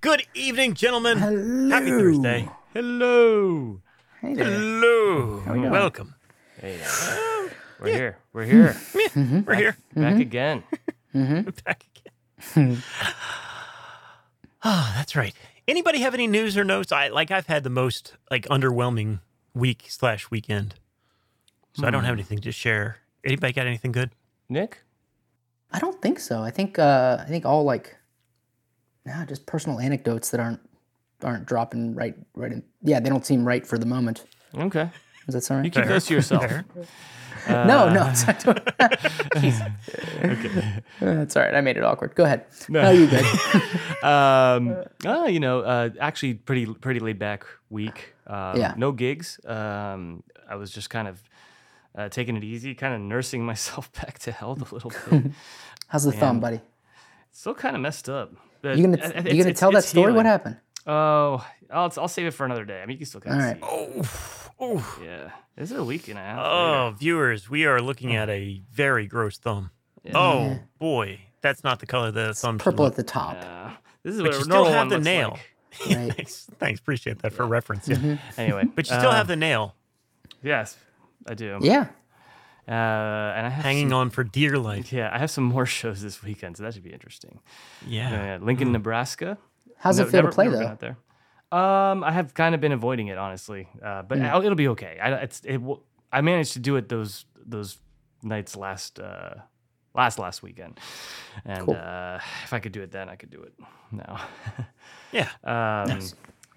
Good evening, gentlemen. Hello. Happy Thursday. Hello. Hey there. Hello. we doing? Welcome. Hey, now. We're here. We're here. Hmm? We're here. Mm-hmm. Back again. Back again. Ah, that's right. Anybody have any news or notes? I like I've had the most like underwhelming week slash weekend. So I don't Hmm. have anything to share. Anybody got anything good? Nick? I don't think so. I think uh, I think all like, nah, just personal anecdotes that aren't aren't dropping right right in. Yeah, they don't seem right for the moment. Okay. Is that all right? You keep those to yourself. Fair. no, no, it's not doing okay. That's all right. I made it awkward. Go ahead. No, you good. Um, oh, you know, uh, actually pretty pretty laid back week. Um, Yeah. No gigs. Um, I was just kind of uh, taking it easy, kind of nursing myself back to health a little bit. How's the thumb, buddy? Still kind of messed up. You gonna you gonna tell that story? What happened? Oh, I'll, I'll save it for another day. I mean, you can still kind All of right. see. it. Oh, Yeah. This is a week and a half. later. oh, viewers, we are Oh. looking at a very gross thumb. Oh boy, that's not the color that a thumb should Purple look. at the top. Uh, this is But what you a still normal have one the looks nail. like. Right. thanks, thanks, appreciate that for reference. Yeah. Anyway, But you still have the nail Uh, yes, I do. Yeah. Uh, and I have hanging some, on for dear life. Yeah, I have some more shows this weekend, so that should be interesting. Yeah. Yeah, Lincoln, Nebraska. Hmm. How's No- it feel never- to play never been though? out there. Um, I have kind of been avoiding it honestly, uh, Hmm. but I'll- it'll be okay. I it's it, will- I managed to do it those those nights last uh, last last weekend, and Cool. uh, if I could do it then, I could do it now. Yeah. um,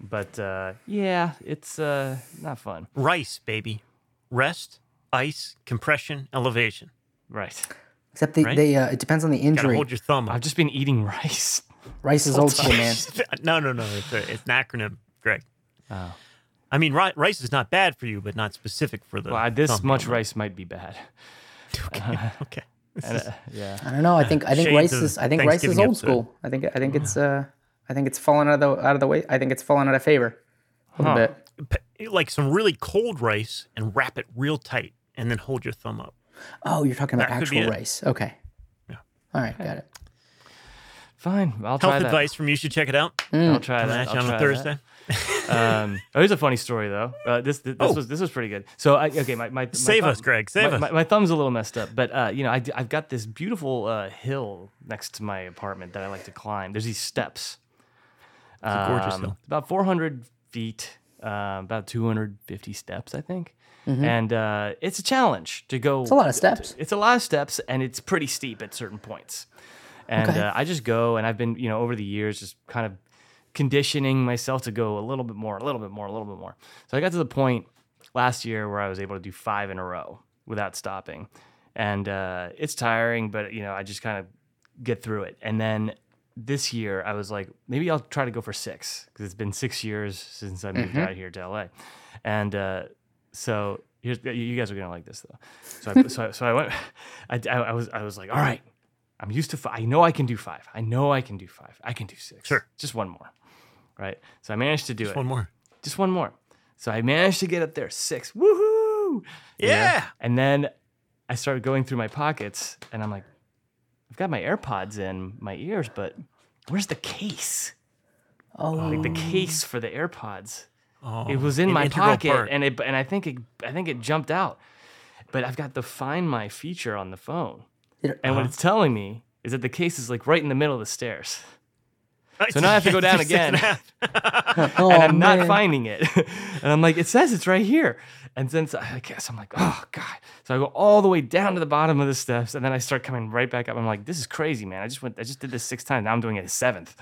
But uh, yeah, it's uh, not fun, Rice, baby. Rest, ice, compression, elevation. right? Except they, Right? they uh, it depends on the Gotta injury. hold your thumb I've up. just been eating rice. Rice is old school, man. no, no, no. It's, a, it's an acronym, Greg. Oh. I mean, ri- rice is not bad for you, but not specific for the. Well, I- this thumb much ailment. rice might be bad. Okay. And, uh, yeah. I don't know. I think I think Shades rice of is I think rice is Thanksgiving old episode. school. I think I think it's uh I think it's fallen out of the out of the way. I think it's fallen out of favor a little Huh. bit. P- Like some really cold rice and wrap it real tight and then hold your thumb up. Oh, you're talking about That could be actual it. rice. Okay. Yeah. All right, got it. Fine. I'll try Health that. advice from you. Should check it out. I'll try Ash that. I'll on try a that. Thursday. Um, oh, here's a funny story though. Uh, this this, this was this was pretty good. So I, okay, my, my, my Oh. Save thumb- us, Greg. Save my, us. My, my thumb's a little messed up, but uh, you know I, have got this beautiful uh, hill next to my apartment that I like to climb. There's these steps. It's a gorgeous hill. About 400 feet, uh, about 250 steps, I think. And uh, it's a challenge to go. It's a lot of steps. It's a lot of steps, and it's pretty steep at certain points. And Okay. uh, I just go, and I've been, you know, over the years, just kind of conditioning myself to go a little bit more, a little bit more, a little bit more. So I got to the point last year where I was able to do five in a row without stopping, and uh, it's tiring, but you know, I just kind of get through it. And then this year, I was like, maybe I'll try to go for six because it's been six years since I Mm-hmm. moved out here to LA, and uh, so here's you- you guys are gonna like this though. So I, so, I, so I went. I, I, I was I was like, all right, I'm used to. Five. I know I can do five. I know I can do five. I can do six. Sure. just one more, right? So I managed to do it. One more. Just one more. So I managed to get up there six. Woohoo! You know? Yeah. And then I started going through my pockets, and I'm like, I've got my AirPods in my ears, but where's the case? Oh, Like the case for the AirPods Oh, it was in an my integral pocket part. and it and I think it I think it jumped out. But I've got the find my feature on the phone. It- And what it's telling me is that the case is like right in the middle of the stairs. So now I have to go down Six and a again. half. oh, and I'm not man. finding it. and I'm like, it says it's right here. And since I guess I'm like, oh God. So I go all the way down to the bottom of the steps and then I start coming right back up. I'm like, this is crazy, man. I just went I just did this six times. Now I'm doing it a seventh.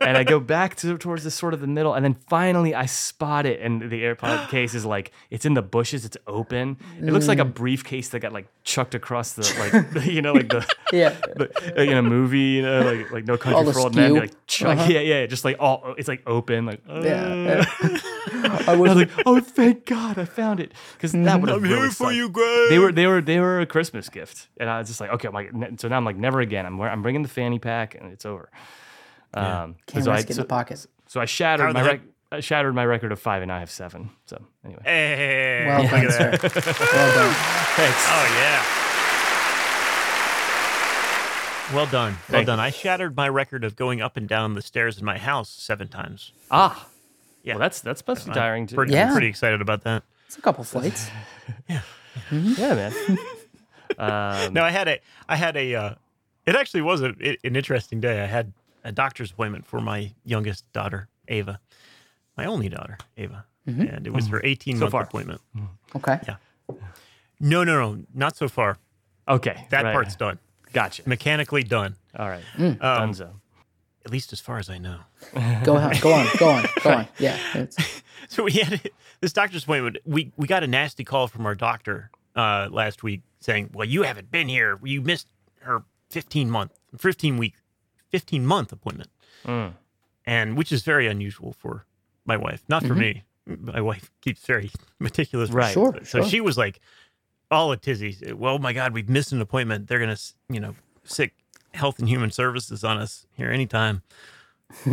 and I go back to towards the sort of the middle, and then finally I spot it, and the AirPod case is like it's in the bushes, it's open. It looks Mm. like a briefcase that got like chucked across the like you know like the Yeah. the- like in a movie, you know, like like No All Country the for Old Men, skew. like chuck, yeah, yeah, just like all it's like open, like uh, Yeah. I I was wish. like, oh, thank God, I found it because Mm-hmm. that would have I'm really here for sucked. you, Greg. They were they were they were a Christmas gift, and I was just like, okay, I'm like, ne- so now I'm like, never again. I'm wear- I'm bringing the fanny pack, and it's over. Um, Can't so I risk it in so- the pocket. so I shattered How my the rec- I shattered my record of five, and I have seven. So anyway, Hey, Well look done, at that. sir. Well done. thanks. Oh yeah. Well done. Well Thank you. done. I shattered my record of going up and down the stairs in my house seven times. Ah, Yeah. Well, that's that's must be tiring too. Pretty, Yeah. pretty excited about that. It's a couple flights. Yeah, man. um, No, I had a, I had a, uh, it actually was a, i- an interesting day. I had a doctor's appointment for my youngest daughter, Ava, my only daughter, Ava, Mm-hmm. and it was her 18 month far. appointment. Okay. Yeah. No, no, no, not so far. Okay, That right. part's done, gotcha. mechanically done, All right, Mm. Um, Dunzo. at least as far as I know. Go on. Go on. Go on. Go on. Yeah. It's, So we had this doctor's appointment. We we got a nasty call from our doctor uh, last week saying, "Well, you haven't been here. You missed her 15 month, 15 week, 15 month appointment," Mm. and which is very unusual for my wife, not for me. My wife keeps very meticulous. Mm-hmm. Right. Sure. So sure. she was like, all at tizzy. Well, my God, we've missed an appointment. They're gonna, you know, sick health and human services on us here anytime.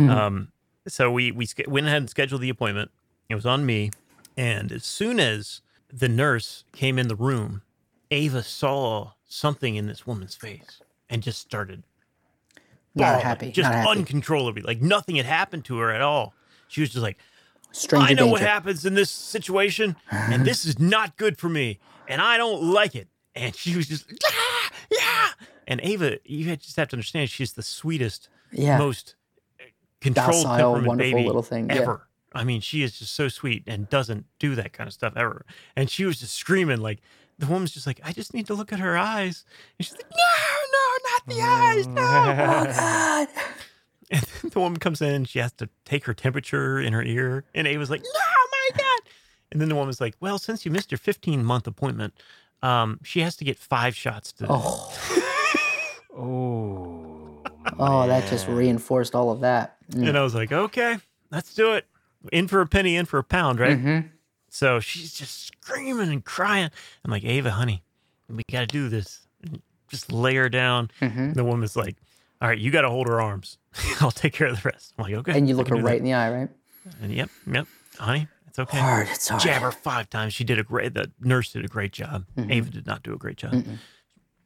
um, so we we sch- went ahead and scheduled the appointment. It was on me, and as soon as the nurse came in the room, Ava saw something in this woman's face and just started not bawling, happy. Oh, just not happy. uncontrollably, like nothing had happened to her at all. She was just like, Stranger I know danger. what happens in this situation, and this is not good for me, and I don't like it. And she was just, "Ah, yeah. And Ava, you had- just have to understand, she's the sweetest, Yeah. most uh, controlled, Docile, temperament wonderful baby little thing, yeah. ever. I mean, she is just so sweet and doesn't do that kind of stuff ever. And she was just screaming like. The woman's just like, I just need to look at her eyes. And she's like, No, no, not the eyes. No. Oh, God. And then the woman comes in, she has to take her temperature in her ear. And Ava's like, No, my God. And then the woman's like, Well, since you missed your 15 month appointment, um, she has to get five shots today. Oh. Oh, Oh, that just reinforced all of that. Mm. And I was like, Okay, let's do it. In for a penny, in for a pound, right? Mhm. So she's just screaming and crying. I'm like, Ava, honey, we got to do this. And just lay her down. Mhm. The woman's like, All right, you got to hold her arms. I'll take care of the rest. I'm like, Okay. And you I look can her do that." right in the eye, right? And yep, yep, honey, it's okay. Hard. It's hard. jab her five times. She did a great. The nurse did a great job. Ava did not do a great job.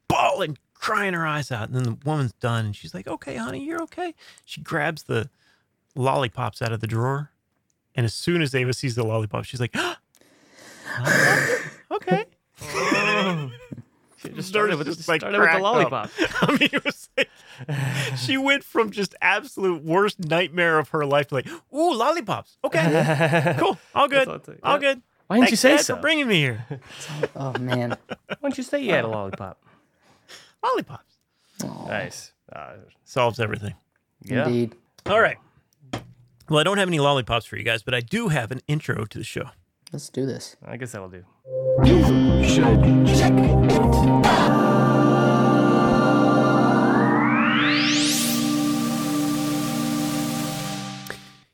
Bawling, crying her eyes out, and then the woman's done, and she's like, "Okay, honey, you're okay." She grabs the lollipops out of the drawer, and as soon as Ava sees the lollipop, she's like, "Okay." She just started with, just, just started with the cracked up. lollipop. I mean, it was like, she went from just absolute worst nightmare of her life to like, ooh, lollipops. Okay, cool, all good, all it takes, all yeah. good. Why didn't you Thanks, say Dad, so? for bringing me here? Oh man. Why don't you say you had a lollipop? Lollipops Nice. Uh, solves everything. yeah. Indeed. All right. Well, I don't have any lollipops for you guys, but I do have an intro to the show. Let's do this. I guess that'll do.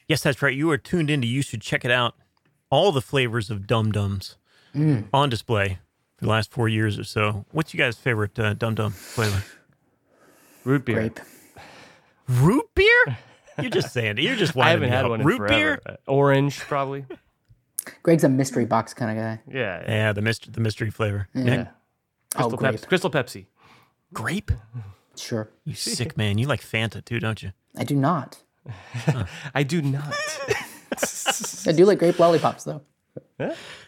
Yes, that's right. You are tuned into You Should Check It Out. All the flavors of Dum Dums on display for the last four years or so. What's you guys' favorite uh, Dum Dum flavor? Root beer. Grape. Root beer? You're just saying it. You're just I winding haven't me had up. one in Root forever. beer? Uh, Orange, probably. Greg's a mystery box kind of guy. Yeah. Yeah, the mystery, the mystery flavor. Nick, Yeah. Oh, Crystal, grape. Pepsi. Crystal Pepsi. grape? Sure. You sick man. You like Fanta too, don't you? I do not. I do not. I do like grape lollipops though.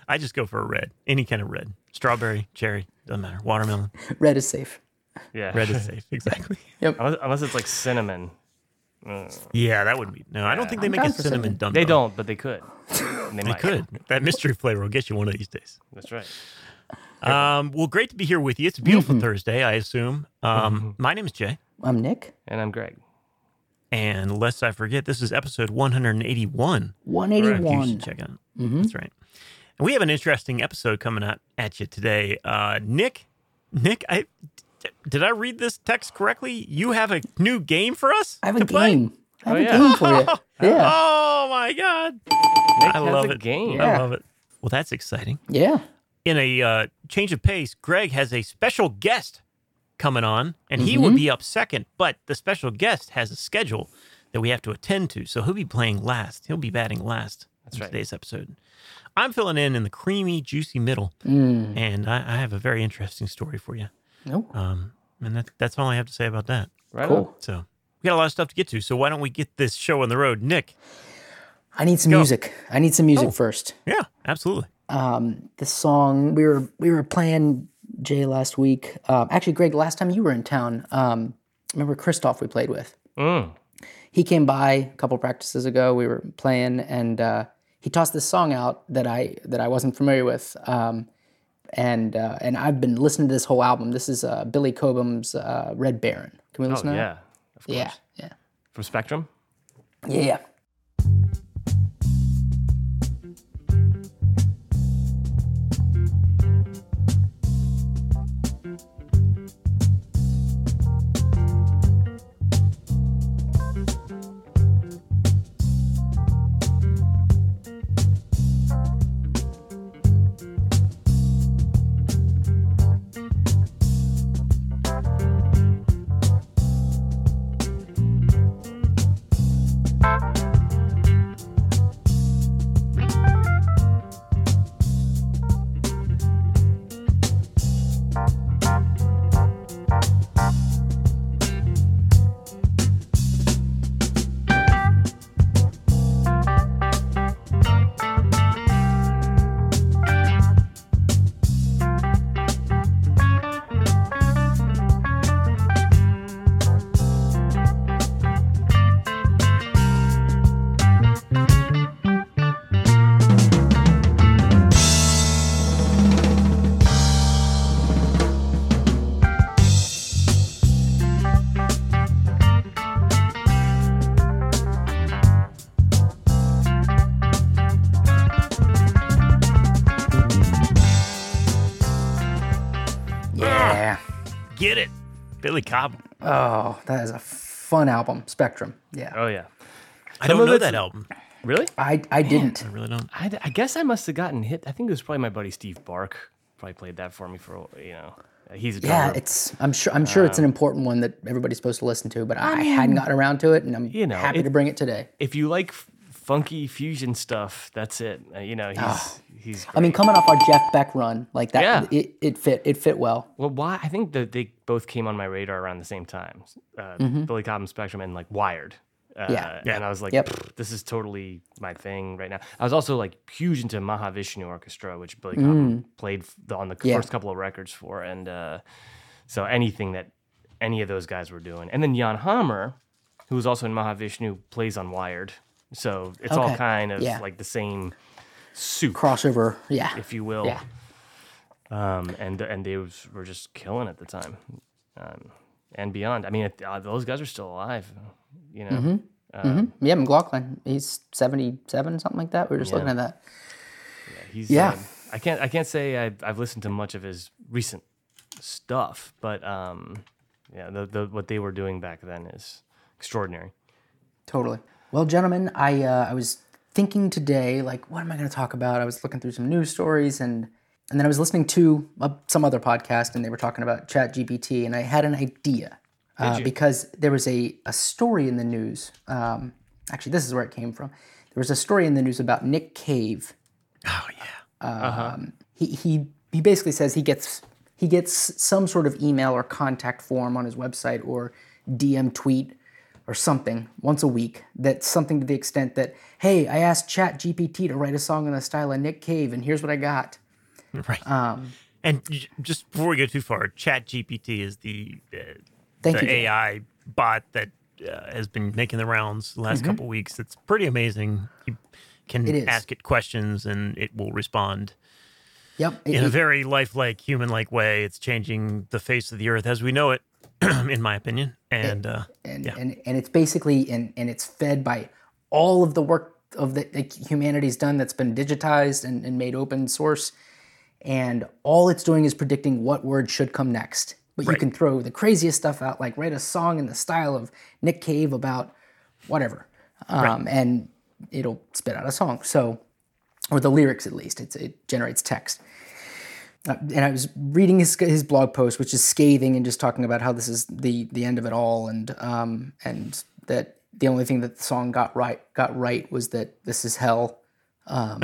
I just go for a red, any kind of red. Strawberry, cherry, doesn't matter. Watermelon. Red is safe. yeah. Red is safe. Exactly. Unless, unless it's like cinnamon. Yeah, that would be. No, I don't think they make down a for cinnamon cinnamon. dum. They don't, but they could. And they, They might. could. That mystery flavor will get you one of these days. That's right. Um, well, great to be here with you. It's a beautiful Thursday, I assume. Mm-hmm. Um, my name is Jay, I'm Nick. And I'm Greg. and lest I forget, this is episode 181. If You 181. should check it out. Mm-hmm. That's right. And we have an interesting episode coming out at you today. Uh, Nick, Nick, I d- did I read this text correctly? You have a new game for us. I have a to play? game. I have Oh, a yeah. game for you. Yeah. Oh my god! Nick I has love a it. game. I Yeah. love it. Well, that's exciting. Yeah. In a uh, change of pace, Greg has a special guest coming on, and he Mm-hmm. will be up second. But the special guest has a schedule that we have to attend to, so he'll be playing last. He'll be batting last in right. today's episode. I'm filling in in the creamy, juicy middle, Mm. and I, I have a very interesting story for you. Nope. Um, and that, that's all I have to say about that. Right. on. cool. So we got a lot of stuff to get to. So why don't we get this show on the road, Nick? I need some Go. music. I need some music Oh. first. Yeah, absolutely. Um, this song we were we were playing Jay last week. Um, actually, Greg, last time you were in town, um, remember Christoph we played with? Mm. he came by a couple practices ago. We were playing, and uh, he tossed this song out that I that I wasn't familiar with. Um, and uh, and I've been listening to this whole album. This is uh, Billy Cobham's uh, Red Baron. Can we Oh listen to yeah. Of that? course. Yeah, yeah, From Spectrum. yeah. yeah. Get it, Billy Cobham. Oh, that is a fun album. Spectrum. Yeah, Oh yeah. I Some don't of know it's- that album. Really? I I didn't. I really don't. I, I guess I must have gotten hit. I think it was probably my buddy Steve Bark. Probably played that for me for a- you know. He's a Yeah, drummer. it's I'm sure I'm sure Um, it's an important one that everybody's supposed to listen to, but I, hadn't gotten around to it, and I'm know, happy it- to bring it today. if you like f- funky fusion stuff, that's it. Uh, you know, he's he's. I mean, coming off our Jeff Beck run, like that, Yeah. it, it fit it fit well. Well, why? I think that they both came on my radar around the same time. Uh, Billy Cobham Spectrum and like Wired. Uh, Mm-hmm. Yeah. Yeah. And I was like, Yep. "Pfft, this is totally my thing right now. I was also like huge into Mahavishnu Orchestra, which Billy Cobham played f- the- on the Mm. Yeah. first couple of records for. And uh, so anything that any of those guys were doing. And then Jan Hammer, who was also in Mahavishnu, plays on Wired. So it's all Okay. kind of Yeah. like the same soup, crossover. Yeah. if you will. Yeah. um, and and they was, were just killing at the time, um, and beyond. I mean, it, uh, those guys are still alive, you know. Hmm. Yeah, McLaughlin. He's 77, something like that. We were just looking at that. He's Yeah. um, I can't I can't say I've, I've listened to much of his recent stuff, but um, yeah, the, the what they were doing back then is extraordinary. Totally. Well, gentlemen, I uh, I was thinking today, like, what am I going to talk about? I was looking through some news stories, and and then I was listening to uh, some other podcast, and they were talking about Chat GPT, and I had an idea uh, because there was a a story in the news. Um, actually, this is where it came from. There was a story in the news about Nick Cave Oh yeah. he he he basically says he gets he gets some sort of email or contact form on his website or DM tweet or something once a week that's something to the extent that hey I asked Chat GPT to write a song in the style of Nick Cave and here's what I got Right. Um, and j- just before we go too far, ChatGPT is the uh, Thank the you, Jay. AI bot that uh, has been making the rounds the last couple weeks. It's pretty amazing. You can Mm-hmm. It is. ask it questions and it will respond yep it- in a it- very lifelike, human-like way. It's changing the face of the earth as we know it, in my opinion. And uh, and, and and it's basically and and it's fed by all of the work of the like, humanity's done that's been digitized and, and made open source and all it's doing is predicting what word should come next but you can throw the craziest stuff out like write a song in the style of nick cave about whatever um, and it'll spit out a song so or the lyrics at least it's, it generates text uh, and I was reading his his blog post, which is scathing and just talking about how this is the the end of it all, and um and that the only thing that the song got right got right was that this is hell. Um,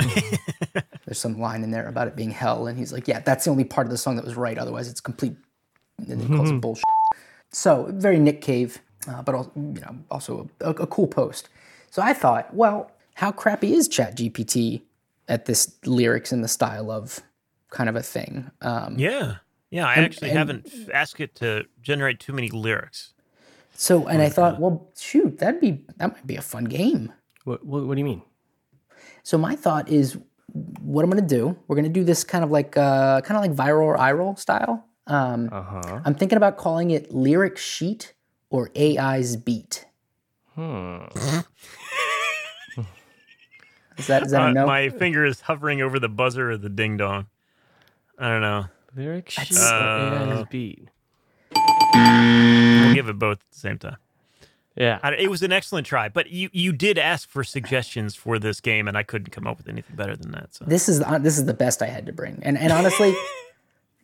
there's some line in there about it being hell, and he's like, yeah, that's the only part of the song that was right. Otherwise, it's complete. And he calls it bullshit. So very Nick Cave, uh, but al- you know, also a, a cool post. So I thought, well, how crappy is ChatGPT at this lyrics in the style of kind of a thing? Um, Yeah. Yeah. I And- actually and- haven't f- asked it to generate too many lyrics. So, and I thought, well, shoot, that'd be that might be a fun game. What, what, what do you mean? So my thought is, what I'm gonna do? We're gonna do this kind of like uh, kind of like viral or eye roll style. Um, Uh huh. I'm thinking about calling it lyric sheet or AI's beat. Hmm. Is that is that Uh, a no? My finger is hovering over the buzzer of the ding dong. I don't know. Lyric sheet. That's- or Uh, AI's beat. We'll give it both at the same time. Yeah. I, it was an excellent try, but you you did ask for suggestions for this game, and I couldn't come up with anything better than that. So This is uh, this is the best I had to bring, and and honestly,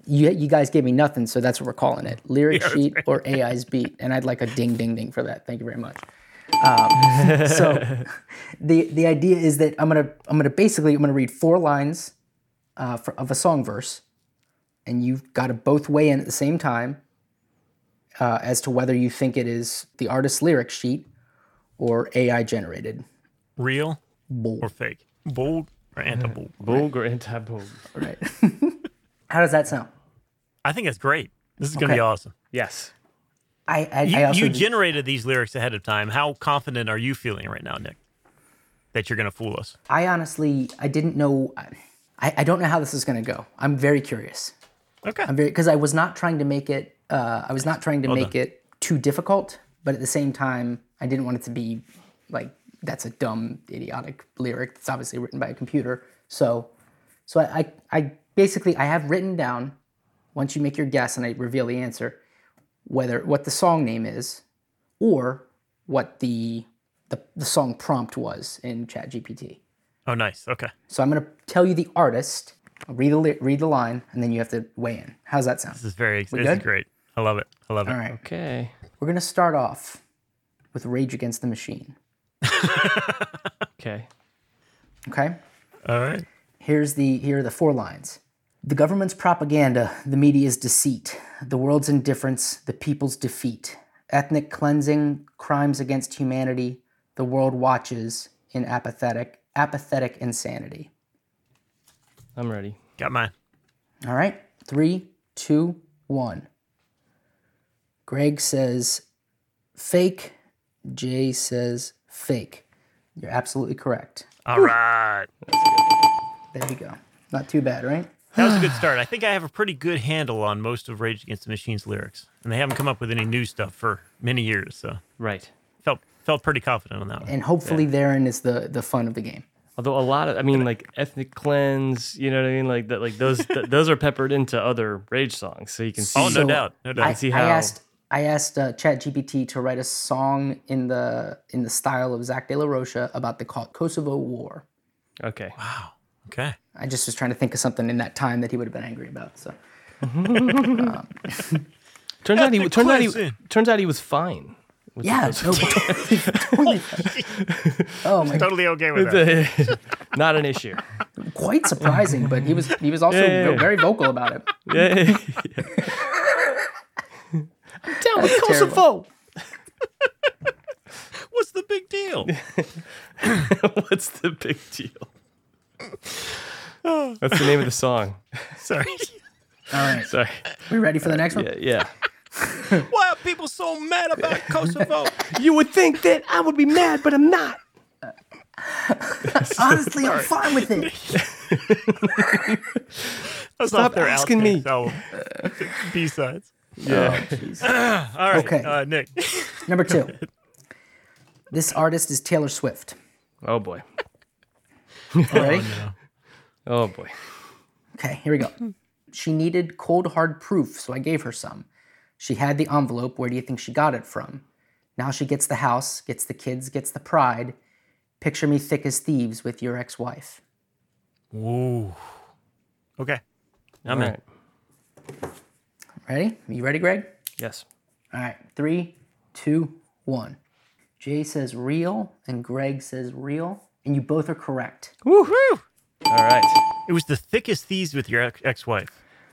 you you guys gave me nothing, so that's what we're calling it: lyric sheet or AI's beat. And I'd like a ding ding ding for that. Thank you very much. Um, so the the idea is that I'm gonna I'm gonna basically I'm gonna read four lines uh, for, of a song verse, and you've got to both weigh in at the same time uh, as to whether you think it is the artist's lyric sheet or AI generated. real Bold. Mm-hmm. or fake, bold or anti-bold. Boog or anti boog. Right. How does that sound? I think that's great. This is gonna Okay. be awesome. Yes. I, I, You, I also you just- generated these lyrics ahead of time. How confident are you feeling right now, Nick, that you're gonna fool us? I honestly I didn't know I, I don't know how this is gonna go. I'm very curious. Okay. I'm very because I was not trying to make it uh, I was not trying to make it too difficult, but at the same time I didn't want it to be like that's a dumb idiotic lyric that's obviously written by a computer. So so I, I, I basically I have written down once you make your guess and I reveal the answer whether what the song name is or what the the, the song prompt was in ChatGPT. Oh, nice. Okay. So I'm going to tell you the artist. I'll read the li- read the line, and then you have to weigh in. How's that sound? This is very. This is good? great. I love it. I love it. All right. Okay. We're going to start off with Rage Against the Machine. Okay. Okay. All right. Here's the here are the four lines. The government's propaganda, the media's deceit, the world's indifference, the people's defeat, ethnic cleansing, crimes against humanity, the world watches in apathetic apathetic insanity. I'm ready. Got mine. All right. Three, two, one. Greg says fake. Jay says fake. You're absolutely correct. All right. There you go. Not too bad, right? That was a good start. I think I have a pretty good handle on most of Rage Against the Machine's lyrics, and they haven't come up with any new stuff for many years. So Right. felt felt pretty confident on that one. And hopefully therein is the the fun of the game. Although a lot of, I mean, like ethnic cleanse, you know what I mean? Like that, like those, th- those are peppered into other rage songs. So you can see. Oh no So, doubt, no doubt. I, see I how- asked I asked uh, ChatGPT to write a song in the in the style of Zach De La Rocha about the Co- Kosovo War. Okay. okay, I just was trying to think of something in that time that he would have been angry about. So Turns out he, turns out he, cleansing. turns out he was fine. yeah, no, totally, totally. Oh my totally okay with that. Not an issue. quite surprising, but he was he was also Yeah, yeah, yeah. very vocal about it. Yeah. Down with Kosovo. What's the big deal? What's the big deal? That's the name of the song. Sorry, All right, Sorry. we ready for the next one? Yeah. yeah. why are people so mad about Kosovo? You would think that I would be mad, but I'm not. Honestly, I'm fine with it. That's Stop off their asking me. B sides. Yeah. All right, Okay. uh, Nick. Number two. This artist is Taylor Swift. Oh boy. You ready? Oh boy. Okay, here we go. She needed cold hard proof, so I gave her some. She had the envelope. Where do you think she got it from? Now she gets the house, gets the kids, gets the pride. Picture me thick as thieves with your ex-wife. Ooh. Okay, All I'm in. right. Ready? You ready, Greg? Yes. All right, three, two, one. Jay says real and Greg says real, and you both are correct. Woo-hoo. All right. It was the thickest thieves with your ex- ex-wife.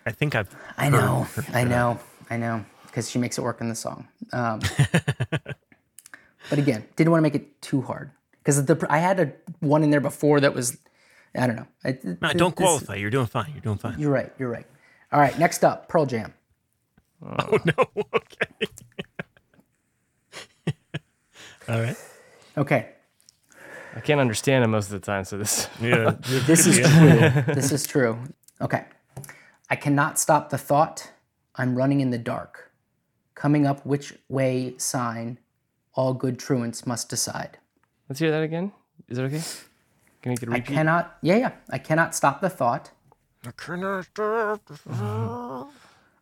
I think I've. I know, I know, I know. because she makes it work in the song. Um, but again, didn't want to make it too hard because the I had a one in there before that was I don't know. I, No, don't qualify. You're doing fine. You're doing fine. You're right. You're right. All right. Next up, Pearl Jam. Oh no. Okay. All right. Okay, I can't understand it most of the time, so this Yeah. this is true. This is true. Okay, I cannot stop the thought. I'm running in the dark. Coming up which way sign? All good truants must decide. Let's hear that again. Is that okay? Can we get a I repeat? cannot. Yeah, yeah. I cannot stop the thought.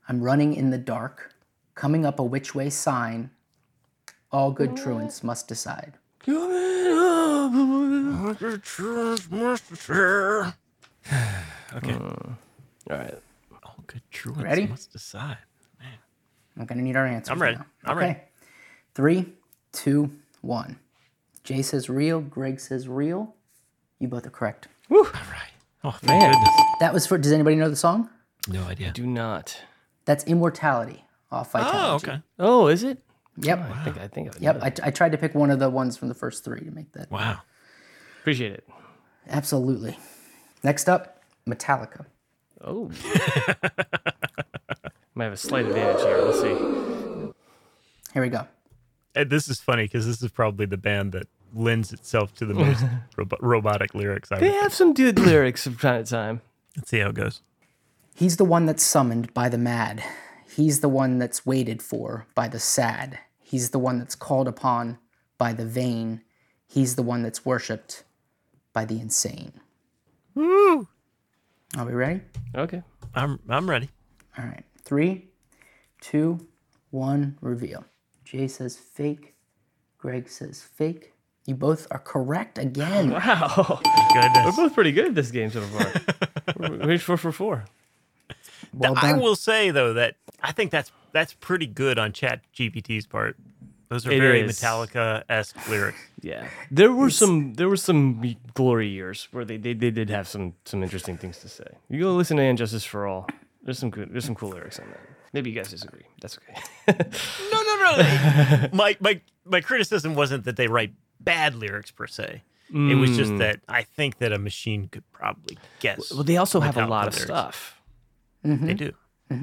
I'm running in the dark. Coming up a which way sign? All good truants must decide. okay. All right. All Oh, good truants Ready? must decide. I'm gonna need our answer. I'm ready. I'm ready. Three, two, one. Jay says real. Greg says real. You both are correct. All right. Oh, thank goodness. That was for. Does anybody know the song? No idea. Do not. That's Immortality off Vitality. Oh, okay. Oh, is it? Yep. I think I think I would know Yep. I, I tried to pick one of the ones from the first three to make that. Wow. that. Appreciate it. Absolutely. Next up, Metallica. Oh. Might have a slight advantage here. We'll see. Here we go. Uh, This is funny because this is probably the band that lends itself to the most robo- robotic lyrics. I They would. have some good lyrics from time to time. Let's see how it goes. He's the one that's summoned by the mad. He's the one that's waited for by the sad. He's the one that's called upon by the vain. He's the one that's worshipped by the insane. Woo! Are we ready? Okay. I'm I'm ready. All right. Three, two, one, reveal. Jay says fake. Greg says fake. You both are correct again. Wow. Goodness. Both pretty good at this game so far. We're we're four for four. Well I done. will say though that I think that's that's pretty good on Chat GPT's part. Those are It very is. Metallica esque lyrics. Yeah. There were some there were some glory years where they, they, they did have some some interesting things to say. You go listen to And Justice for All. There's some good there's some cool lyrics on that. Maybe you guys disagree. That's okay. No, no, no. my my my criticism wasn't that they write bad lyrics per se. It was just that I think that a machine could probably guess. Mm. well, they also have a Metallica lot of lyrics. stuff. Mm-hmm. They do.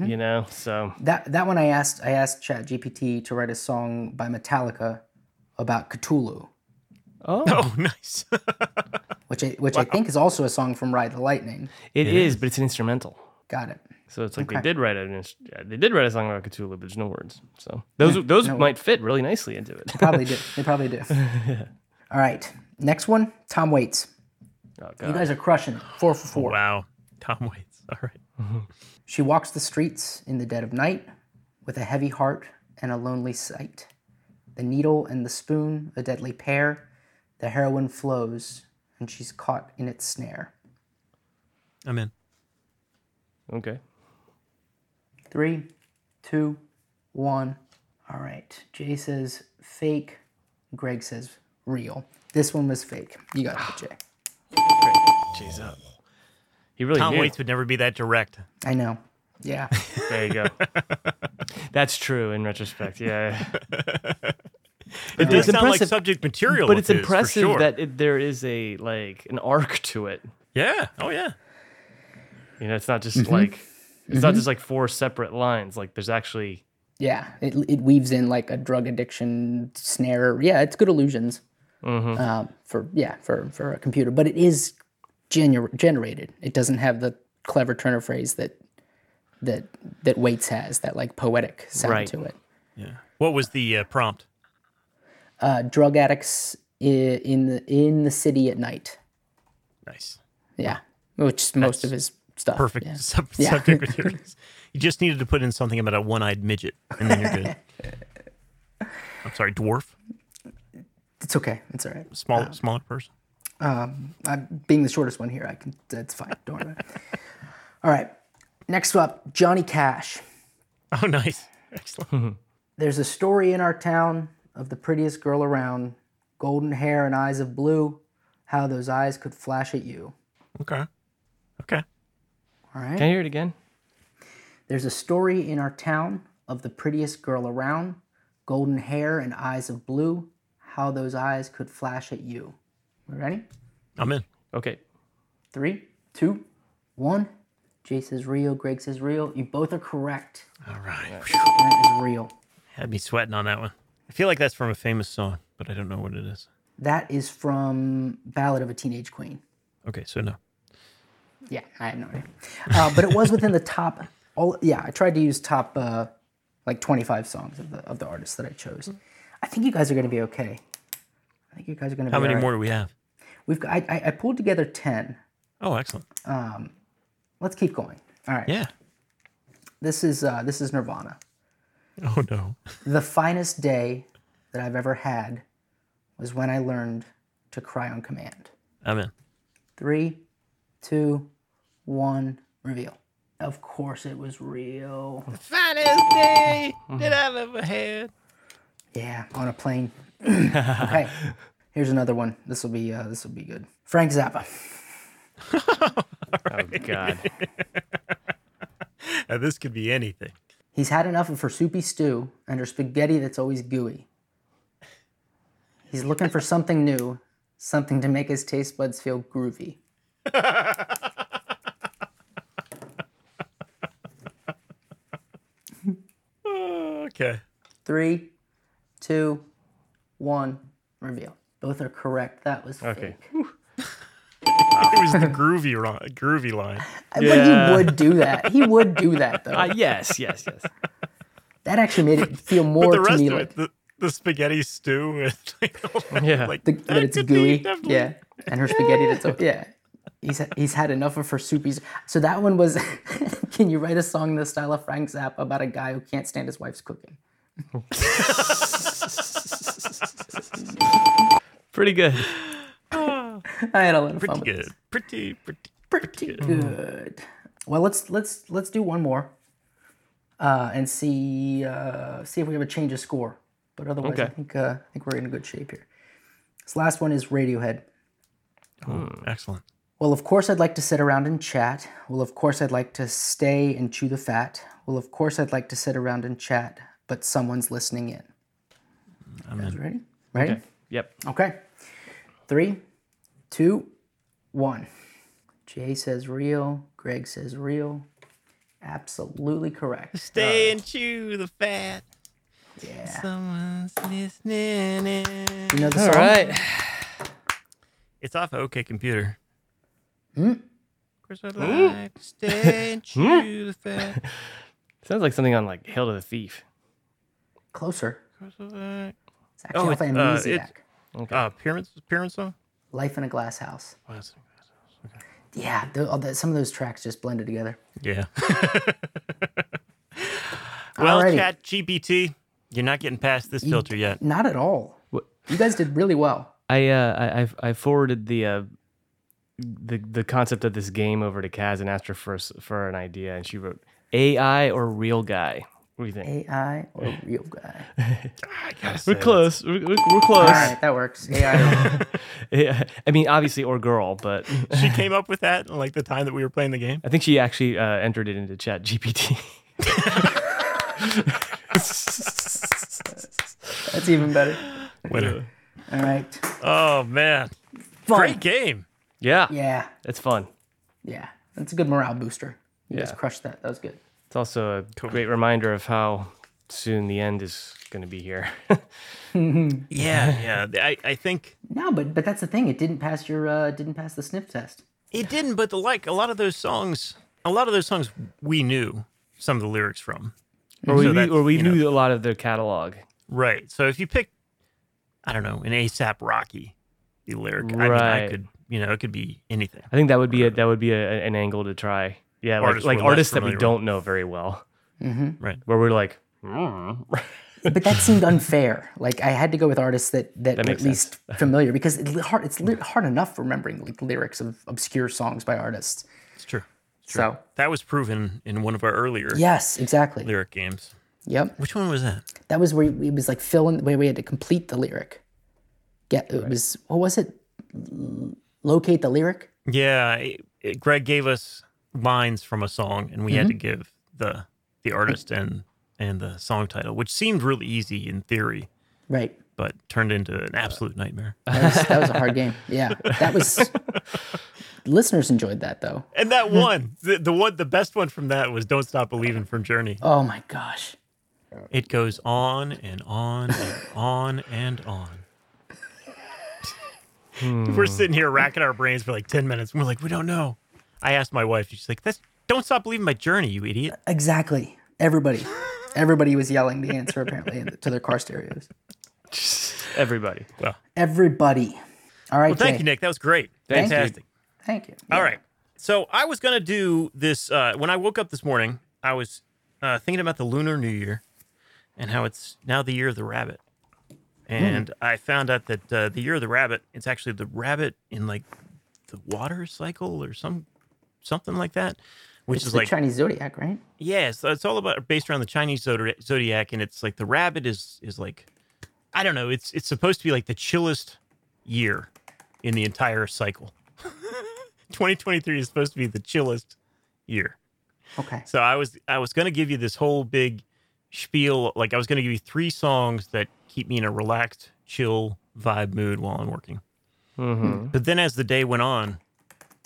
You know, so that that one I asked I asked ChatGPT to write a song by Metallica about Cthulhu, oh, Oh, nice. which I, which I think is also a song from Ride the Lightning. it is, but it's an instrumental. Got it. So it's like they did write an inst- yeah, they did write a song about Cthulhu, but there's no words. So those those might fit really nicely into it. Probably do. They probably do. All right. Next one, Tom Waits. oh You god, guys are crushing it. Four for four. wow. Tom Waits. All right. She walks the streets in the dead of night with a heavy heart and a lonely sight. The needle and the spoon, a deadly pair. The heroin flows and she's caught in its snare. I'm in. okay. Three, two, one. All right. Jay says fake. Greg says real. This one was fake. You got it, Jay. Jeez up. He really Tom knew. Waits would never be that direct. I know. Yeah. There you go. That's true in retrospect. Yeah. It does it's sound like impressive, subject material, but of it's his, for impressive sure. that it, there is a like an arc to it. Yeah. Oh yeah. You know, it's not just like it's not just like four separate lines. Like there's actually Yeah, it, it weaves in like a drug addiction snare. Yeah, it's good illusions uh, for yeah for for a computer, but it is gener- generated. It doesn't have the clever turn of phrase that that that Waits has that like poetic sound Right. to it. Yeah. What was the uh, prompt? Uh, drug addicts i- in the in the city at night. Nice. Yeah, which is most of his stuff. Perfect Yeah. sub- Yeah. subject material. You just needed to put in something about a one-eyed midget, and then you're good. I'm sorry, dwarf, It's okay. It's all right. small, smaller person. I'm being the shortest one here. I can. That's fine. Don't worry. About it. All right. Next up, Johnny Cash. Oh, nice. Excellent. There's a story in our town of the prettiest girl around, golden hair and eyes of blue. How those eyes could flash at you. Okay. Okay. All right. Can I hear it again? There's a story in our town of the prettiest girl around, golden hair and eyes of blue, how those eyes could flash at you. We Ready? I'm in. Okay. Three, two, one. Jay says real, Greg says real. You both are correct. All right. That is real. Had me sweating on that one. I feel like that's from a famous song, but I don't know what it is. That is from Ballad of a Teenage Queen. Okay, so no. Yeah, I have no idea. Uh, but it was within the top. All yeah, I tried to use top uh, like 25 songs of the of the artists that I chose. I think you guys are going to be okay. I think you guys are going to. How be many all right. more do we have? We've got, I, I, I pulled together 10. Oh, excellent. Let's keep going. All right. Yeah. This is uh, this is Nirvana. Oh no. The finest day that I've ever had was when I learned to cry on command. I'm in. Three, two, one, reveal. Of course, it was real. Finest day that I've ever had. Yeah, on a plane. okay, here's another one. This will be uh, this will be good. Frank Zappa. Oh God. Now, this could be anything. He's had enough of her soupy stew and her spaghetti that's always gooey. He's looking for something new, something to make his taste buds feel groovy. Oh, okay. Three, two, one, reveal. Both are correct. That was Okay. fake. It was the groovy ro- groovy line. But Yeah. he would do that. He would do that though. Uh, yes, yes, yes. that actually made it feel But more the to rest me of like it, the, the spaghetti stew and like, all that, Yeah. like the, that that it's could be gooey. definitely- Yeah, and her spaghetti that's okay. yeah. He's he's had enough of her soupies. So that one was, can you write a song in the style of Frank Zappa about a guy who can't stand his wife's cooking? Pretty good. I had a lot of Pretty fun. with good. Pretty pretty. Pretty good. Mm-hmm. Well, let's let's let's do one more, uh, and see uh, see if we have a change of score. But otherwise, I Okay. think uh, I think we're in good shape here. This last one is Radiohead. Oh, Hmm. excellent. Well, of course, I'd like to sit around and chat. Well, of course, I'd like to stay and chew the fat. Well, of course, I'd like to sit around and chat, but someone's listening in. I'm Guys ready? Ready? Okay. Yep. Okay. Three, two, one. Jay says real. Greg says real. Absolutely correct. Stay and chew the fat. Yeah. Someone's listening in. You know the All song? right. It's off of OK Computer. Of course, I'd like to stay and chew the fat. Of Sounds like something on like Hail to the Thief. Closer. course, I'd like. It's actually Oh, off it's, uh, Amnesiac. it's- Uh, Pyramids, Pyramids song? Life in a Glass House. Oh, that's- Yeah, tho- all that- some of those tracks just blended together. Yeah. well, Alrighty. Chat GPT, you're not getting past this filter yet. Not at all. What- You guys did really well. I uh I I've- I forwarded the uh the the concept of this game over to Kaz and asked her for s- for an idea, and she wrote AI or real guy. What do you think? AI Eh. or real guy? we're close. We're, we're, we're All Oh, close. right, that works. AI. or- Yeah. I mean, obviously, or girl, but She came up with that in, like the time that we were playing the game. I think she actually uh, entered it into Chat GPT. That's even better. Winner. All right. Oh man, Fun. great game. yeah, Yeah, it's fun. yeah. That's a good morale booster. You guys Yeah. crushed that. That was good. It's also a great reminder of how soon the end is going to be here. Yeah, yeah. I, I think No, but but that's the thing. It didn't pass your uh, didn't pass the sniff test. it didn't, but the like a lot of those songs, a lot of those songs we knew some of the lyrics from. or we, So knew, that's, or we you know. knew a lot of their catalog. Right. So if you pick, I don't know, an ASAP Rocky, the lyric. I mean, I Right. could, you know, it could be anything. I think that would be a, that would be a, an angle to try. Yeah, Artists like we're like less artists that we familiar with. don't know very well, Right. where we're like, "Mm-hmm." But that seemed unfair. Like I had to go with artists that that, were at makes least familiar because it's hard. It's li- hard enough remembering like lyrics of obscure songs by artists. It's true. So That was proven in one of our earlier yes, exactly. lyric games. Yep. Which one was that? That was where it was like fill in where we had to complete the lyric. Get it was what was it? L- Locate the lyric. Yeah, eh, it, it- Mm-hmm. Greg gave us lines from a song, and we had to give the the artist and and the song title, which seemed really easy in theory, Right. but turned into an absolute nightmare. That was, that was a hard game. Yeah. That was. listeners enjoyed that though. And that one, the, the one, the best one from that was "Don't Stop Believing" from Journey. Oh my gosh. It goes on and on and on and on. Hmm. We're sitting here racking our brains for like ten minutes. And we're like, we don't know. I asked my wife. She's like, "That's don't stop believing my journey, you idiot." Exactly. Everybody. Everybody was yelling the answer apparently to their car stereos. Everybody. Well, Everybody. All right. well, thank Jay. you, Nick. That was great. Thank you. Fantastic. Thank you. All right. So I was gonna do this uh, when I woke up this morning. I was uh, thinking about the Lunar New Year and how it's now the year of the rabbit. And Hmm. I found out that uh, the year of the rabbit it's actually the rabbit in like the water cycle or some something like that, which It's is the like Chinese zodiac, right? yeah, so it's all about based around the Chinese zodi- zodiac, and it's like the rabbit is is like, I don't know, it's it's supposed to be like the chillest year in the entire cycle. 2023 is supposed to be the chillest year. Okay. So I was I was gonna give you this whole big spiel, like I was gonna give you three songs that keep me in a relaxed, chill vibe mood while I'm working. Mm-hmm. But then as the day went on,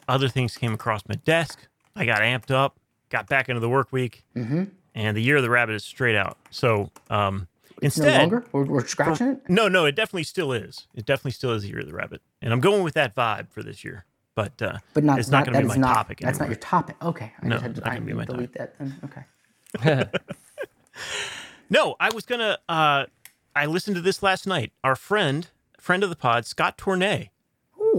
other things came across my desk. I got amped up, got back into the work week, Mm-hmm. and the year of the rabbit is straight out. So um, instead, no longer. We're, we're scratching it. no, no, it definitely still is. It definitely still is the year of the rabbit, and I'm going with that vibe for this year. But uh, But not. it's not, that going to be is my not- topic. That's not anymore. your topic. Okay. I No, just had to not gonna I be my delete that. Then. Okay. No, I was gonna. Uh, I listened to this last night. Our friend, friend of the pod, Scott Tournay,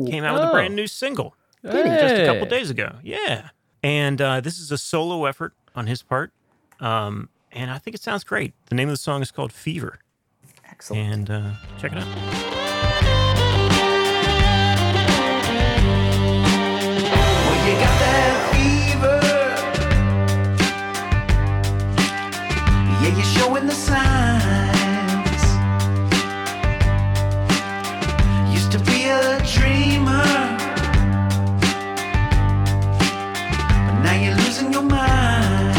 came out with a Oh. brand new single. just a couple days ago. Yeah, and uh, this is a solo effort on his part, um, and I think it sounds great. The name of the song is called Fever, Excellent. and uh, check it out. When you got that fever, yeah, you're showing the signs. Used to be a dreamer, but now you're losing your mind.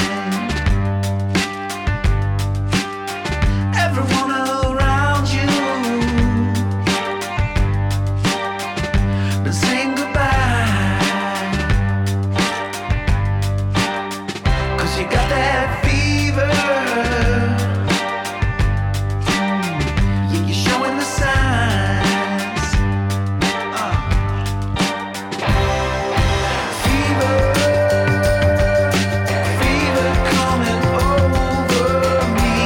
Everyone around you been saying goodbye. Cause you got that fever. Yeah, you're showing the signs. Uh. Fever. Fever coming over me.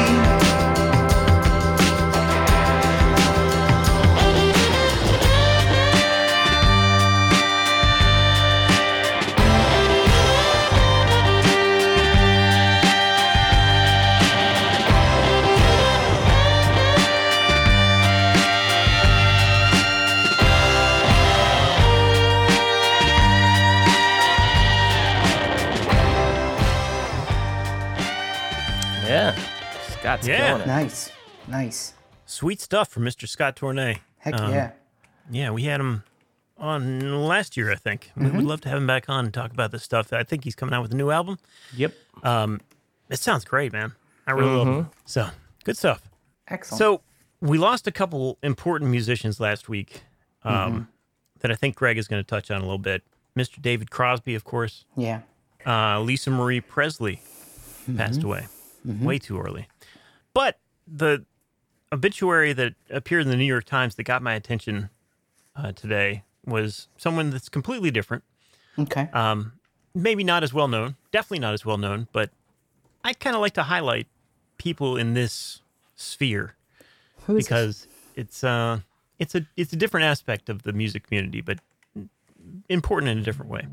Yeah. Scott's Yeah. killing it. Nice. Nice. Sweet stuff from Mr. Scott Tournay. Heck Um, yeah. Yeah, we had him on last year, I think. We would love to have him back on and talk about this stuff. I think he's coming out with a new album. Yep. It sounds great, man. I really love it. So good stuff. Excellent. So we lost a couple important musicians last week um, that I think Greg is going to touch on a little bit. Mr. David Crosby, of course. yeah. Uh, Lisa Marie Presley passed away way too early. But the obituary that appeared in the New York Times that got my attention uh, today was someone that's completely different. Okay. Um, maybe not as well known, definitely not as well known, but I kind of like to highlight people in this sphere Who is this? because it's uh it's a it's a different aspect of the music community, but important in a different way.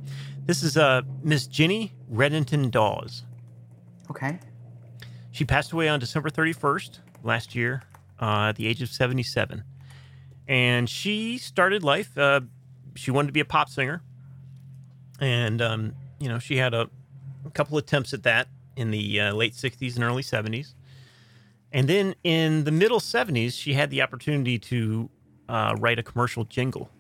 This is uh Miss Jenny Reddington Dawes. Okay. She passed away on December 31st last year uh, at the age of 77. And she started life, uh, she wanted to be a pop singer. And, um, you know, she had a, a couple attempts at that in the uh, late 60s and early 70s. And then in the middle 70s, she had the opportunity to uh, write a commercial jingle.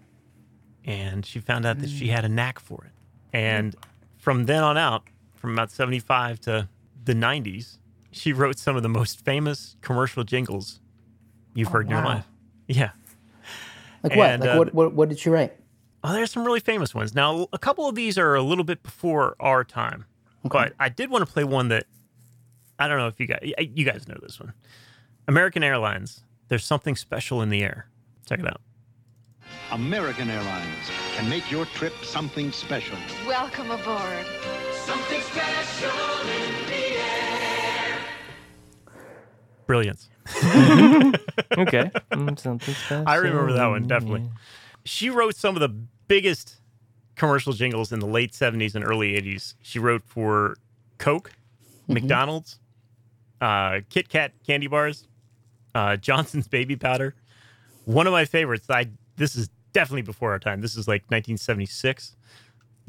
And she found out that she had a knack for it. And from then on out, from about 75 to the 90s, she wrote some of the most famous commercial jingles you've heard in your wow. life. Yeah. Like what? And, like uh, what, what? What did she write? Oh, there's some really famous ones. Now, a couple of these are a little bit before our time, but I did want to play one that I don't know if you guys you guys know this one. American Airlines. There's something special in the air. Check it out. American Airlines can make your trip something special. Welcome aboard. Something special in the air. Brilliance. Okay. Mm, something special. I remember that one definitely. She wrote some of the biggest commercial jingles in the late 70s and early 80s. She wrote for Coke, McDonald's, uh, Kit Kat candy bars, uh, Johnson's baby powder. One of my favorites. I this is definitely before our time. This is like 1976.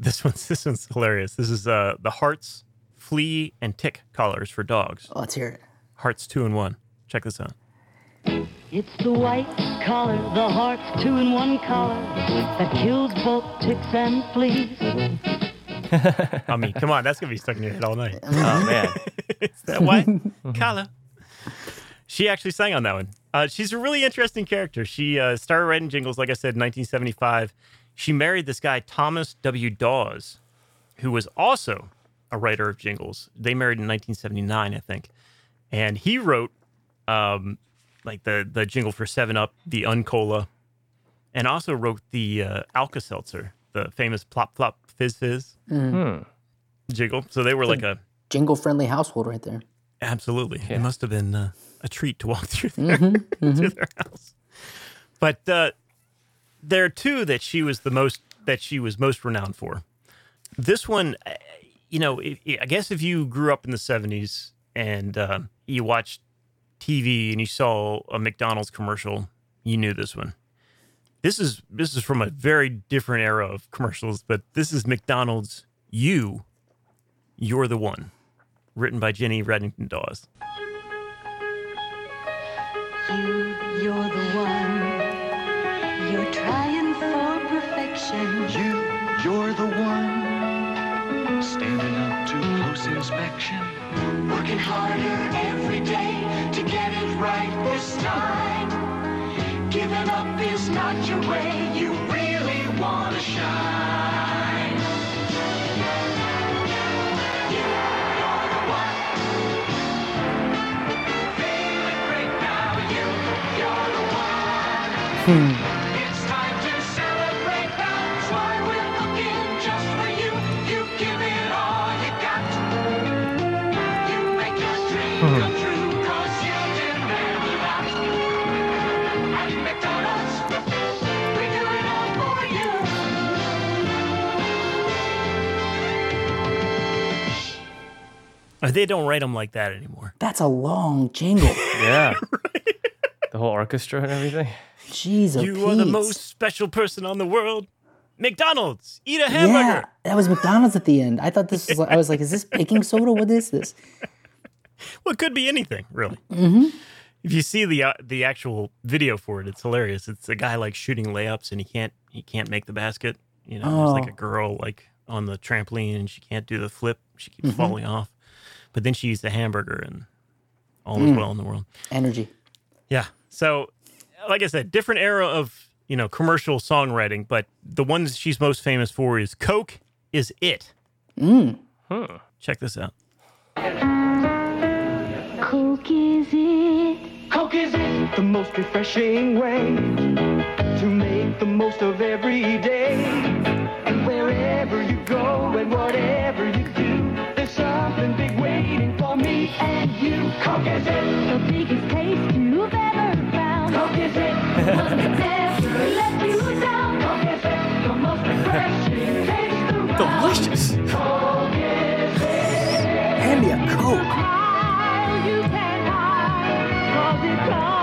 This one's this one's hilarious. This is uh, the hearts, flea, and tick collars for dogs. Oh, let's hear it. Hearts two and one. Check this out. It's the white collar, the heart's two in one collar that kills both ticks and fleas. I mean, come on, that's gonna be stuck in your head all night. Oh man. Is that what? Kala. She actually sang on that one. Uh, she's a really interesting character. She uh, started writing jingles, like I said, in 1975. She married this guy, Thomas W. Dawes, who was also a writer of jingles. They married in 1979, I think. And he wrote um, like the, the jingle for 7 Up, the Uncola, and also wrote the uh, Alka Seltzer, the famous plop plop fizz fizz jingle. So they were like a Jingle friendly household right there. Absolutely. It must have been uh, a treat to walk through their, through their house. But uh, there are two that she was the most that she was most renowned for. This one, uh, you know, i i I guess if you grew up in the '70s and uh, you watched TV and you saw a McDonald's commercial, you knew this one. This is this is from a very different era of commercials, but this is McDonald's "You, You're the One," written by Jenny Reddington Dawes. You, you're the one. You're trying for perfection. You, you're the one. Standing up to close inspection. Working harder every day to get it right this time. Giving up is not your way. You really want to shine. You, you're the one. Feeling great now. You, you're the one. Hmm. It's time to celebrate. That's why we're looking just for you. You give it all you got. You make your dream come true 'cause you demand a lot. At McDonald's, we do it all for you. Uh, They don't write them like that anymore. That's a long jingle. Yeah. The whole orchestra and everything. Jeez, oh You are the Pete. most special person on the world. McDonald's, eat a Yeah, hamburger. that was McDonald's at the end. I thought this was. like I was like, is this baking soda? What is this? Well, it could be anything, really. Mm-hmm. If you see the uh, the actual video for it, it's hilarious. It's a guy like shooting layups and he can't he can't make the basket. You know, there's like Oh. a girl like on the trampoline and she can't do the flip. She keeps Mm-hmm. falling off. But then she eats the hamburger and all Mm. is well in the world. Energy. Yeah. So, like I said, different era of you know commercial songwriting, but the ones she's most famous for is Coke is it. Check this out. Coke is it? Coke is it. the most refreshing way to make the most of every day. And wherever you go and whatever you do, there's something big waiting for me and you. Coke is it. The biggest taste you've ever found. Coke is it. One that's never let you down. Coke is it. The most refreshing taste around. Delicious. Coke is Hand me a Coke. How you can hide, 'cause it comes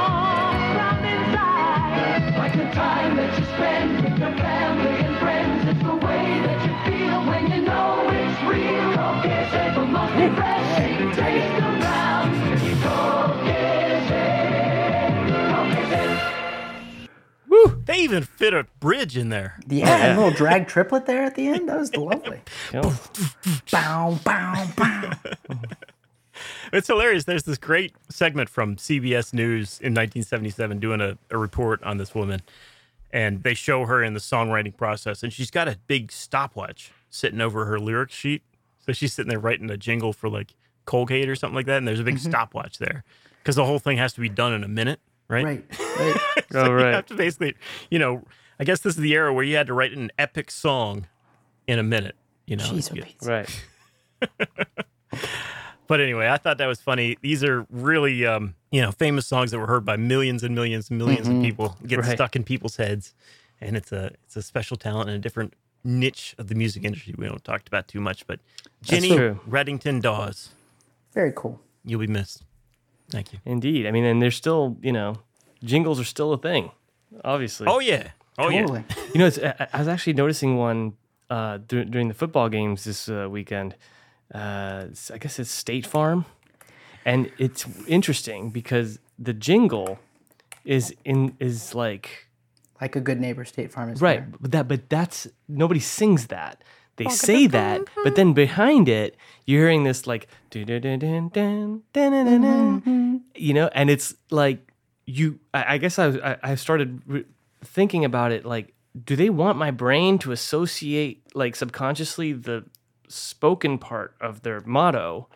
from inside. it. Like the time that you spend with your family and friends. It's the way that you feel when you know it's real. Coke is it. The most refreshing taste around. They even fit a bridge in there. Yeah, a little drag triplet there Oh, at the end. That was lovely. Cool. bow, bow, bow. It's hilarious. There's this great segment from CBS News in 1977 doing a, a report on this woman. And they show her in the songwriting process. And she's got a big stopwatch sitting over her lyric sheet. So she's sitting there writing a jingle for like Colgate or something like that. And there's a big stopwatch there because the whole thing has to be done in a minute, right? Right. right. So Oh, you right. have to basically, you know, I guess this is the era where you had to write an epic song in a minute, you know. Jeez, to get- Pete. Right. But anyway, I thought that was funny. These are really, um, you know, famous songs that were heard by millions and millions and 1000000s of people, get Mm-hmm. Right. stuck in people's heads, and it's a it's a special talent and a different niche of the music industry we don't talk about too much. But Jenny true. Reddington Dawes, Very cool. you'll be missed. Thank you. Indeed. I mean, and there's still, you know, jingles are still a thing, obviously. Oh yeah, oh Totally. You know, it's, I, I was actually noticing one uh, dur- during the football games this uh, weekend. Uh, it's- I guess it's State Farm, and it's interesting because the jingle is in is like Like a good neighbor, State Farm is right, there. but that but that's nobody sings that. They say that, but then behind it, you're hearing this like "Dun-dun-dun-dun-dun, Mm-hmm. dun-dun-dun-dun," you know, and it's like you. I, I guess I was I, I started re- thinking about it like, do they want my brain to associate like subconsciously the spoken part of their motto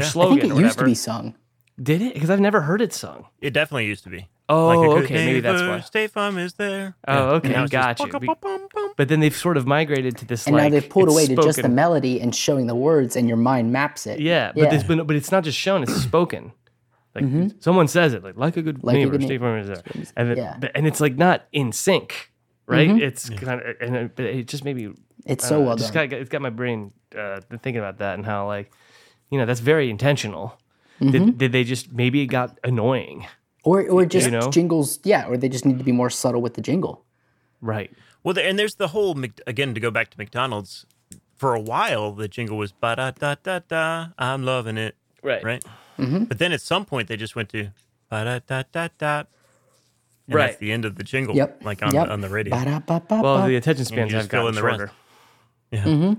Yeah. I think I slogan think it or used whatever? to be sung. Did it? Because I've never heard it sung. yeah, it definitely used to be. Oh, a good okay, maybe that's neighbor, why. State Farm is there. Oh, okay, and now it's just gotcha. Be- "Bum-bum-bum-bum." But then they've sort of migrated to this And like now they've pulled it's away to just the spoken. melody and showing the words, and your mind maps it. Yeah, but it's been, but it's not just shown; it's spoken. Like someone says it, like like a good Like a neighbor, good State Farm is there, and, it- Yeah. but- and it's like not in sync, right? It's kind of, and it, but it just maybe It's so well Uh, just done. got, got- it's got my brain uh, thinking about that and how like, you know, that's very intentional. Did, did they just maybe it got annoying, or or just know? jingles. Yeah, or they just need to be more subtle with the jingle. right? Well, there, and there's the whole Mc- again to go back to McDonald's. For a while, the jingle was ba da da da da. I'm loving it, Right, right? Mm-hmm. But then at some point, they just went to ba da da da da. and Right. That's the end of the jingle. Yep. Like on yep. the, on the radio. Ba-da-ba-ba-ba. Well, the attention And spans you have just fill gotten in the shorter. rest. Yeah.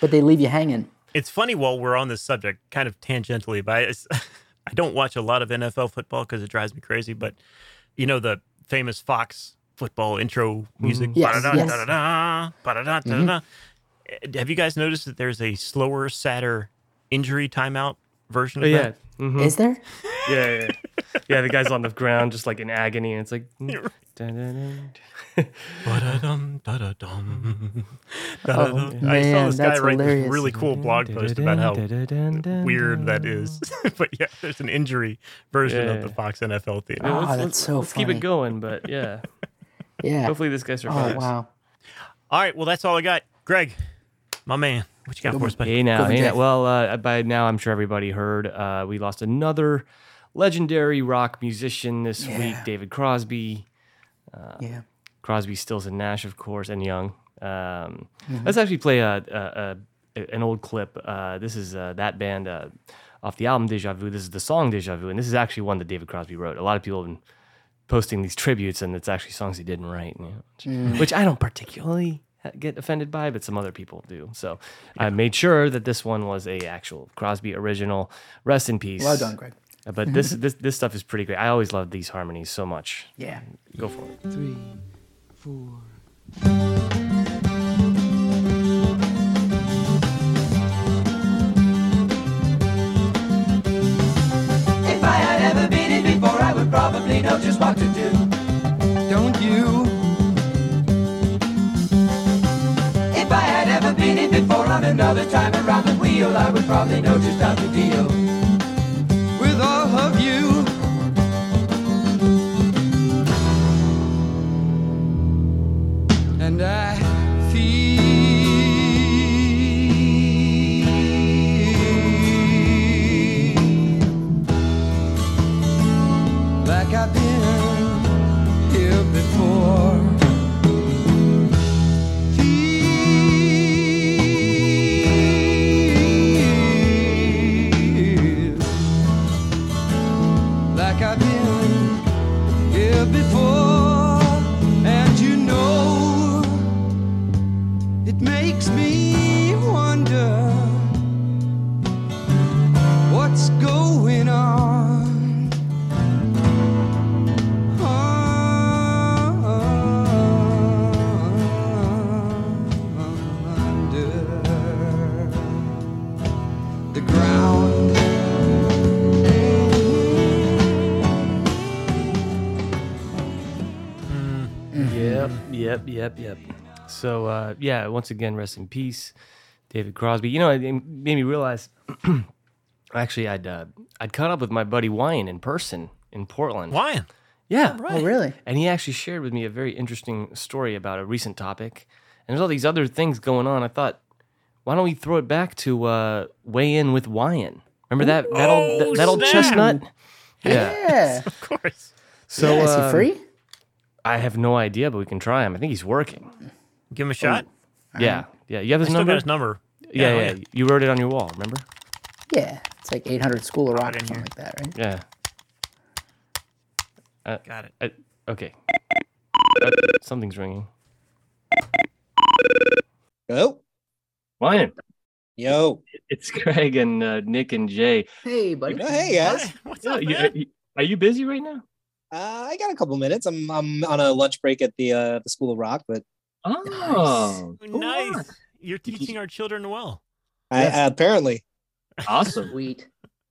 but they leave you hanging. It's funny while we're on this subject, kind of tangentially, but I, it's- I don't watch a lot of NFL football because it drives me crazy. But you know the famous Fox football intro music. Mm-hmm. Yes, yes. Mm-hmm. ba-da-da-da-da-da, ba-da-da-da-da-da. Uh, Have you guys noticed that there's a slower, sadder injury timeout version Oh, But of yeah, that? mhm. Is there? yeah, yeah, yeah. yeah. The guy's on the ground, just like in agony, and it's like. dun, dun, dun. Ba-da-dum, da-da-dum, Oh, da-da-dum. I saw man, this guy that's write this hilarious. really cool blog post about how weird that is. but yeah, there's an injury version of the Yeah. Fox NFL theme. Ah, that's so let's Keep funny. it going, but yeah. Yeah. Hopefully this guy oh survives. wow. All right. Well, that's all I got. Greg, my man, what you got for us, buddy? Hey now, Go hey now. Jeff. Well, uh, by now I'm sure everybody heard uh, we lost another legendary rock musician this week, David Crosby. Yeah. Crosby, Stills, and Nash, of course, and Young. Um, Mm-hmm. Let's actually play a, a, a, an old clip. Uh, this is uh, that band uh, off the album Deja Vu. This is the song Deja Vu, and this is actually one that David Crosby wrote. A lot of people have been posting these tributes, and it's actually songs he didn't write, you know, which, Mm. which I don't particularly ha- get offended by, but some other people do. So I made sure that this one was a actual Crosby original. Rest in peace. Well done, Greg. Uh, But this this this stuff is pretty great. I always love these harmonies so much. Yeah. Go for it. If I had ever been in before, I would probably know just what to do. Don't you? If I had ever been in before on another time around the wheel, I would probably know just how to deal with all of you. And I feel like I've been here before. Feel Like I've been here before, and you know it makes me wonder what what's going on. Under the ground. Yep, Mm-hmm. yep, yep, yep. So uh, yeah, once again, rest in peace, David Crosby. You know, it it made me realize. actually, I'd uh, I'd caught up with my buddy Wyan in person in Portland. Lion. Yeah, Oh, really? and he actually shared with me a very interesting story about a recent topic. And there's all these other things going on. I thought, why don't we throw it back to uh, weigh in with Wyan? Remember that that old that, that old snap. chestnut? Yeah. Yeah. Of course. So Yeah, is um, he free? I have no idea, but we can try him. I think he's working. Give him a shot. Yeah, yeah. You have his Still Um, number. got his number. Yeah, oh, yeah, You wrote it on your wall, remember? Yeah. It's like 800 School of Rock or in something here. like that, right? Yeah. Got it. I, okay. Uh, something's ringing. Oh, Ryan, yo. it's Greg and uh, Nick and Jay. Hey, buddy. Oh, hey, guys. Hi, What's Yeah, up, you- man? you- are you busy right now? Uh, I got a couple minutes. I'm I'm on a lunch break at the uh, the School of Rock, but Oh, cool. Nice. You're teaching our children well. I, uh, apparently awesome. Sweet.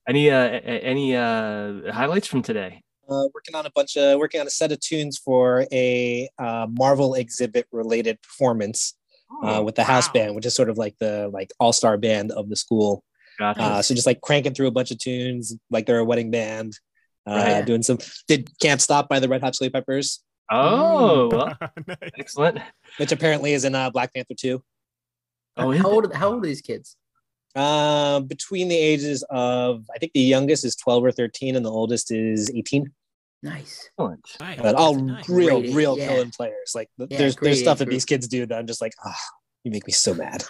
Any uh, a- a- any uh, highlights from today? uh, working on a bunch of working on a set of tunes for a uh, Marvel exhibit related performance Oh, uh, with the house wow. band, which is sort of like the like all star band of the school. Gotcha. Uh, so just like cranking through a bunch of tunes, like they're a wedding band. Uh, Right. Doing some did "Can't Stop" by the Red Hot Chili Peppers, oh, well, Nice. excellent. which apparently is in uh, Black Panther Two. Oh, is how, it? old are, how old are these kids? Uh, between the ages of, I think the youngest is 12 or 13, and the oldest is 18. Nice. excellent. Right. But all Oh, Nice. real, Great, real yeah. Cohen players. Like th- Yeah, there's great there's stuff age that these kids do that I'm just like, ah, you make me so mad.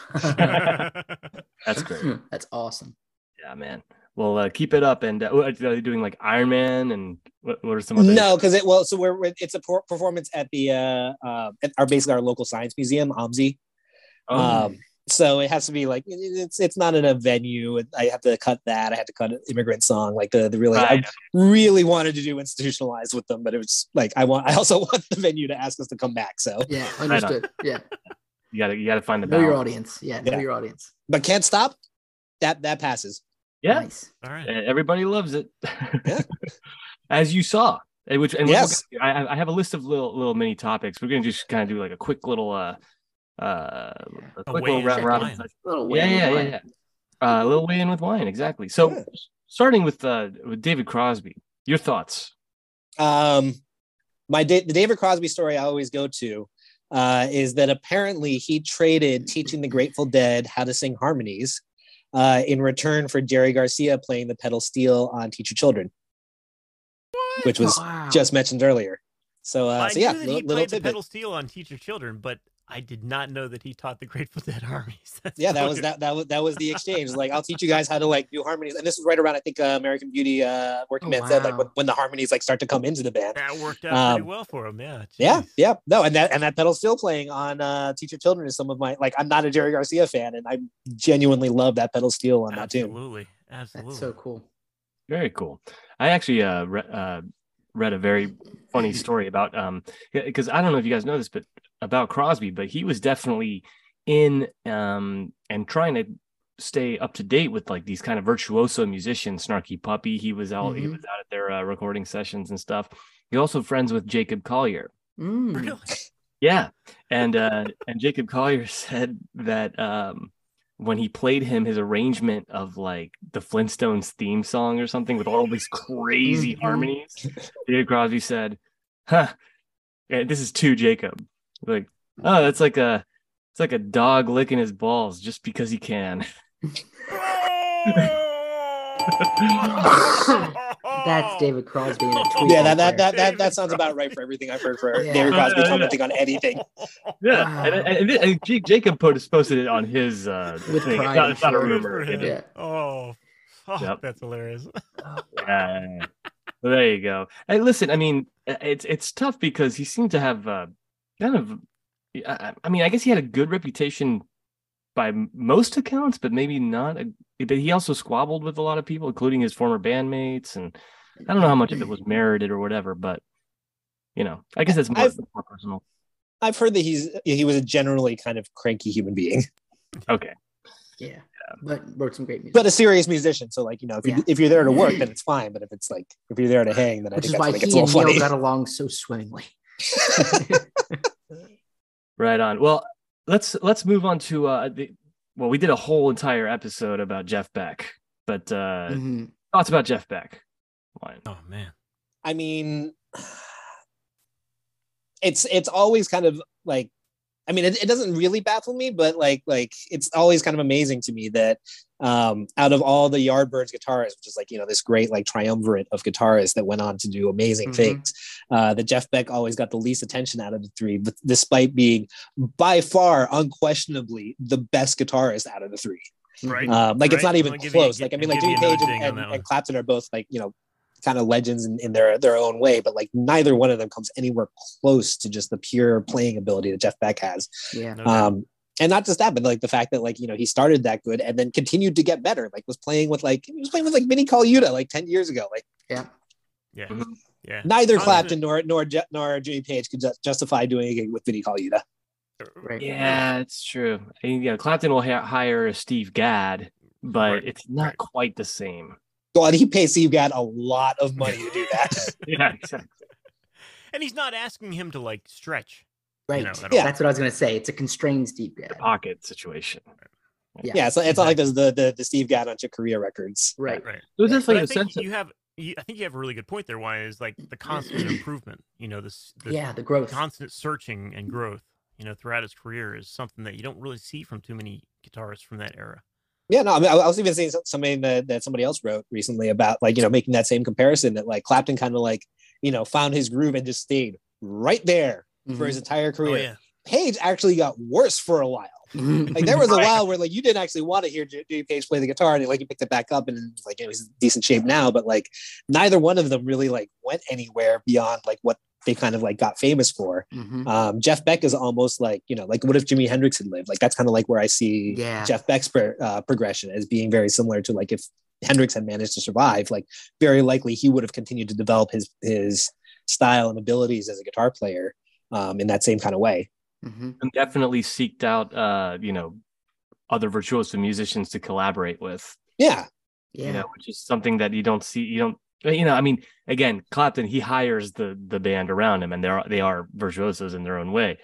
That's great. That's awesome. Yeah, man. Well, uh, keep it up. And uh, are they doing like Iron Man? And what, what are some other? No, because it well, so we're, we're- it's a per- performance at the uh, uh at our basically our local science museum, OMSI. Oh, Um, so it has to be like it- it's it's not in a venue. I have to cut that. I had to cut immigrant song. Like the the really Right. I really wanted to do institutionalized with them, but it was like I want. I also want the venue to ask us to come back. So, Yeah, understood. Yeah. you gotta you gotta find the Know your balance. audience. Yeah, know Yeah. your audience. but can't stop. That that passes. Yeah, Nice. All Uh, right. everybody loves it, Yeah. as you saw. And Which and we'll- Yes. I- I, I have a list of little little mini topics. We're gonna just kind of do like a quick little uh uh a quick little weigh-in round with robin. wine. Little Yeah, win, yeah, yeah, win. yeah. Uh, a little weigh in with wine, exactly. So Yeah. starting with uh with David Crosby, your thoughts? um my da- the david crosby story i always go to uh, is that apparently he traded teaching the grateful dead how to sing harmonies uh, in return for jerry garcia playing the pedal steel on teach your children which was Wow. just mentioned earlier so uh, I so yeah knew that little, he little played the tidbit. pedal steel on Teach Your Children, but I did not know that he taught the Grateful Dead harmonies. That's yeah that so was good. that, that was that was the exchange like i'll teach you guys how to like do harmonies and this was right around i think uh, american beauty uh working Oh, man said like wow. when, when the harmonies like start to come into the band That worked out Um, pretty well for him. Yeah. Yeah, jeez. yeah, no, and that and that pedal steel playing on uh, "Teach Your Children" is some of my like. I'm not a Jerry Garcia fan, and I genuinely love that pedal steel on that tune. Absolutely. Absolutely. That's so cool. Very cool. I actually uh, re- uh read a very funny story about um because I don't know if you guys know this, but about Crosby, but he was definitely in um and trying to stay up to date with like these kind of virtuoso musicians, Snarky Puppy. He was out he Mhm. was out at their uh, recording sessions and stuff. He also friends with Jacob Collier. Mm. Really? Yeah. And uh and Jacob Collier said that um when he played him his arrangement of like the Flintstones theme song or something with all these crazy Mhm. harmonies, David Crosby said, Huh, and this is to Jacob. Like, oh, that's like a it's like a dog licking his balls just because he can. That's David Crosby in a tweet. Yeah, that right that, that there. that that sounds about right for everything I've heard for Yeah. David Crosby Yeah. commenting on anything. Yeah. And, Wow. and, and J- Jacob pos- posted it on his uh With thing. It's pride, not, I'm it's not a sure. rumor. Good for Yeah. him. Yeah. Oh, fuck, Yep. that's hilarious. Yeah. Well, there you go. Hey, listen, I mean, uh, it's it's tough because he seemed to have uh, kind of, I, I- I mean, I guess he had a good reputation by m- most accounts, but maybe not. uh, But he also squabbled with a lot of people, including his former bandmates, and I don't know how much of it was merited or whatever. But you know, I guess that's more, I've- more personal. I've heard that he's he was a generally kind of cranky human being, Okay, Yeah. But wrote some great music. but a serious musician. So like you know, if you're, Yeah. if you're there to work, then it's fine. But if it's like if you're there to hang, then I which think is that's why when it gets he a and little Neil funny. got along so swimmingly. right on. Well, let's let's move on to uh, the, well, we did a whole entire episode about Jeff Beck, but uh, Mhm. thoughts about Jeff Beck? One. Oh man. I mean, it's it's always kind of like, I mean, it, it doesn't really baffle me, but like like it's always kind of amazing to me that um, out of all the Yardbirds guitarists, which is like you know this great like triumvirate of guitarists that went on to do amazing Mhm. things, uh, that Jeff Beck always got the least attention out of the three, but despite being by far unquestionably the best guitarist out of the three. Right. Um, like it's Right? not even I'll give you- close. like I I'll mean, like give you Jimmy Page another and, ding on and, that one. and Clapton are both like you know kind of legends in, in their their own way, but like neither one of them comes anywhere close to just the pure playing ability that Jeff Beck has. Yeah. No doubt. Um, and not just that, but like the fact that like you know he started that good and then continued to get better. Like was playing with like he was playing with like Vinny Colaiuta like ten years ago. Like yeah. mm-hmm. Mhm. Yeah. neither Constant- Clapton nor nor Je- nor Jimmy Page could ju- justify doing a gig with Vinny Colaiuta. Right. Yeah, it's true. I mean, yeah, Clapton will ha- hire Steve Gadd, but Right, it's not right. quite the same. God, he pays Steve Gadd a lot of money to do that. Yeah, exactly. And he's not asking him to like stretch. Right. You know, I don't- Yeah. That's what I was going to say. It's a constrained Steve Gadd. Pocket situation. yeah, so it's not like there's the the, the Steve Gadd on Chicoria Records. Right. Right. It was But definitely I a think sense. you have. You, I think you have a really good point there. Why is like the constant improvement? You know, this, this Yeah. The growth. constant searching and growth. You know, throughout his career is something that you don't really see from too many guitarists from that era. Yeah, no, I, mean, I was even seeing some- something that, that somebody else wrote recently about like, you know, making that same comparison that like Clapton kind of like, you know, found his groove and just stayed right there for Mm-hmm. his entire Oh career. yeah. Page actually got worse for a while. Mhm. Like there was a Right. while where like you didn't actually want to hear J- Jimmy Page play the guitar and like he picked it back up and it was, like you know, he's in decent shape now, but like neither one of them really like went anywhere beyond like what they kind of like got famous for. Mm-hmm. Mhm. Um, Jeff Beck is almost like, you know, like what if Jimi Hendrix had lived? Like that's kind of like where I see Yeah. Jeff Beck's pro- uh, progression as being very similar to like if Hendrix had managed to survive, like very likely he would have continued to develop his his style and abilities as a guitar player um, in that same kind of way. Mhm. and definitely seeked out, uh, you know, other virtuoso musicians to collaborate with. Yeah, Yeah. You know, which is something that you don't see. You don't. uh, You know, I mean, again, Clapton he hires the the band around him, and they are they are virtuosos in their own way,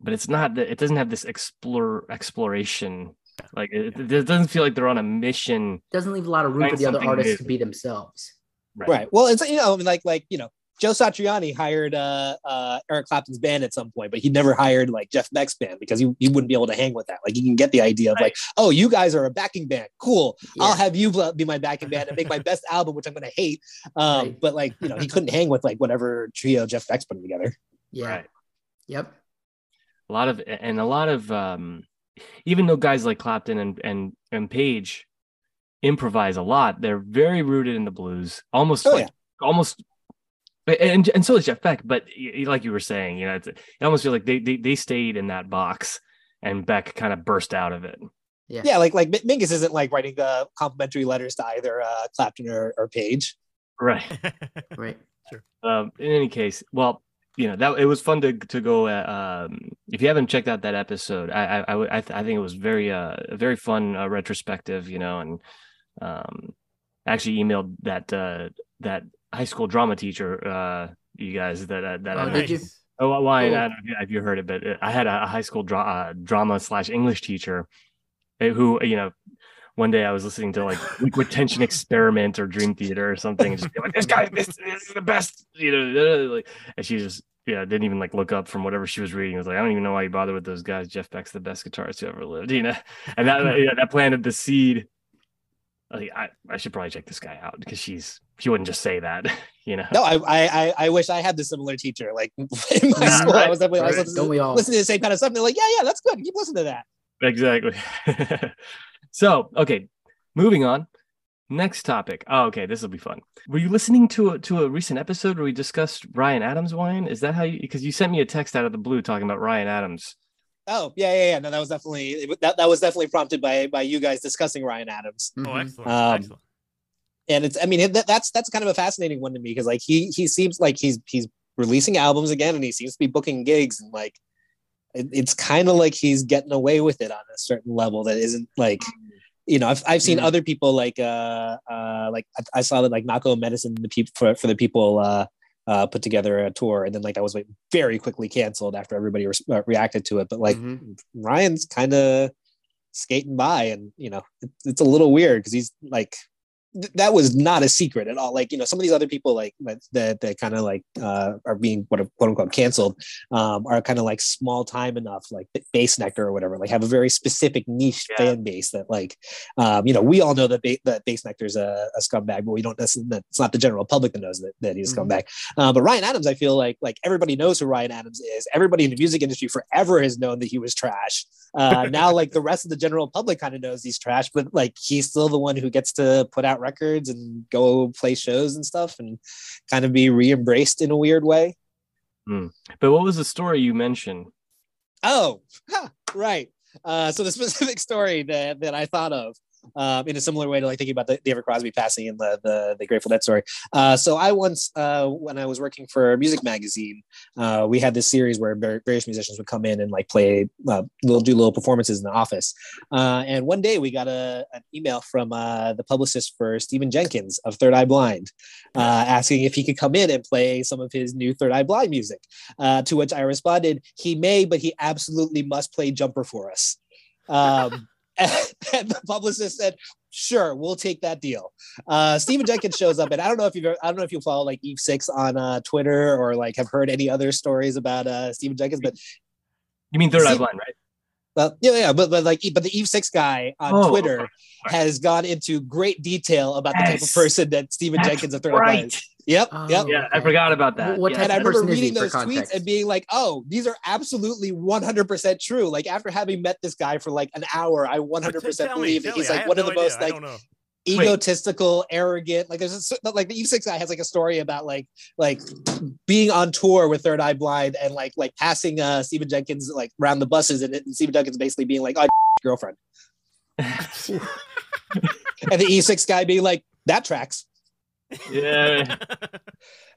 but it's not that it doesn't have this explore exploration. Like it, it doesn't feel like they're on a mission. Doesn't leave a lot of room Find for the other something artists new. to be themselves. right. Well, it's you know like like you know Joe Satriani hired uh, uh, Eric Clapton's band at some point, but he never hired like Jeff Beck's band because he, he wouldn't be able to hang with that. Like you can get the idea of like, oh, you guys are a backing band, cool. Yeah. I'll have you bl- be my backing band and make my best album, which I'm going to hate. Um, Right. But like, you know, he couldn't hang with like whatever trio Jeff Beck's putting together. yeah. Right. Yep. a lot of and a lot of um even though guys like clapton and and and page improvise a lot they're very rooted in the blues almost Oh, like almost and and so is jeff beck but y- y- like you were saying you know it's, i almost feel like they, they they stayed in that box and beck kind of burst out of it Yeah. Yeah, like like M- Mingus isn't like writing the complimentary letters to either uh, Clapton or, or Page. right Oh, Right. um, in any case, well, you know that it was fun to to go. Uh, um, if you haven't checked out that episode, I I I, would- I, th- I think it was very uh a very fun uh, retrospective. You know, and um, I actually emailed that uh that high school drama teacher. Uh, you guys that uh, that Oh, I did you? Nice. Oh, well, I, I Cool. don't know if you heard it, but I had a a high school dra- uh, drama slash English teacher eh, who, you know, one day I was listening to like liquid tension experiment or dream theater or something, and just be like, this guy, this, this is the best, you know, like, and she just, yeah, didn't even like look up from whatever she was reading. It was like, I don't even know why you bother with those guys. Jeff Beck's the best guitarist who ever lived, you know, and that, yeah, that planted the seed. Like, I, I should probably check this guy out because she's, she wouldn't just say that, you know. No, I I, I, I wish I had the similar teacher. Like in my Yeah, school, I right, was definitely I was Right. listening, Don't we all? listening to the same kind of stuff. And they're like, yeah, yeah, that's good. Keep listening to that. Exactly. so, okay, moving on. Next topic. Oh, okay, this will be fun. Were you listening to a, to a recent episode where we discussed Ryan Adams wine? Is that how you? Because you sent me a text out of the blue talking about Ryan Adams. Oh yeah, yeah, yeah. No, that was definitely that, that was definitely prompted by by you guys discussing Ryan Adams. Oh, Mhm. excellent. Um, excellent. and it's i mean that, that's that's kind of a fascinating one to me because like he he seems like he's he's releasing albums again and he seems to be booking gigs and like it, it's kind of like he's getting away with it on a certain level that isn't like you know i've, I've seen other people like uh uh like i, I saw that like Nako medicine the people for, for the people uh uh, put together a tour and then like that was like very quickly canceled after everybody res- uh, reacted to it but like Ryan's kind of skating by, and you know, it, it's a little weird because he's like, th- that was not a secret at all. Like, you know, some of these other people, like that, that, that kind of like uh, are being what quote unquote canceled, um, are kind of like small time enough, like base nectar or whatever, like have a very specific niche Yeah. fan base that, like, um, you know, we all know that ba- that base nectar is a, a scumbag, but we don't necessarily. that It's not the general public that knows that, that he's a Mhm. scumbag. Uh, but Ryan Adams, I feel like like everybody knows who Ryan Adams is. Everybody in the music industry forever has known that he was trash. Uh, now, like the rest of the general public kind of knows he's trash, but like he's still the one who gets to put out records and go play shows and stuff, and kind of be re-embraced in a weird way. But what was the story you mentioned? Oh, huh, right. Uh, so the specific story that, that I thought of um, in a similar way to like thinking about the David Crosby passing and the, the, the Grateful Dead story. Uh, so I once, uh, when I was working for a music magazine, uh, we had this series where var- various musicians would come in and like play, uh, little, do little performances in the office. Uh, and one day we got a, an email from uh, the publicist for Stephen Jenkins of Third Eye Blind uh, asking if he could come in and play some of his new Third Eye Blind music. Uh, to which I responded, he may, but he absolutely must play jumper for us. Um, and the publicist said, sure, we'll take that deal. Uh, Stephen Jenkins shows up, and I don't know if you've, I don't know if you follow like Eve Six on uh, Twitter or like have heard any other stories about uh, Stephen Jenkins, but You mean Third See- Eye Blind, right? well, yeah, yeah, but but like, e, but the Eve Six guy on Oh, Twitter okay. has gone into great detail about the type of Yes. person that Stephen That's Jenkins of Third Eye right. Blind is. Yep, yep. Oh, Yeah, I okay. forgot about that. What yeah. type and I of remember person is he, reading for those tweets context? and being like, "Oh, these are absolutely 100% true." Like after having met this guy for like an hour, I Tell 100% me, believe that tell me. he's I like have one of no the most idea. I like don't know. Wait. egotistical, arrogant. Like there's a, cer- like the Eve Six guy has like a story about like like being on tour with Third Eye Blind and like like passing uh Stephen Jenkins like around the buses and, and Stephen Jenkins basically being like, "Oh, I girlfriend," and the Eve Six guy being like, "That tracks." yeah.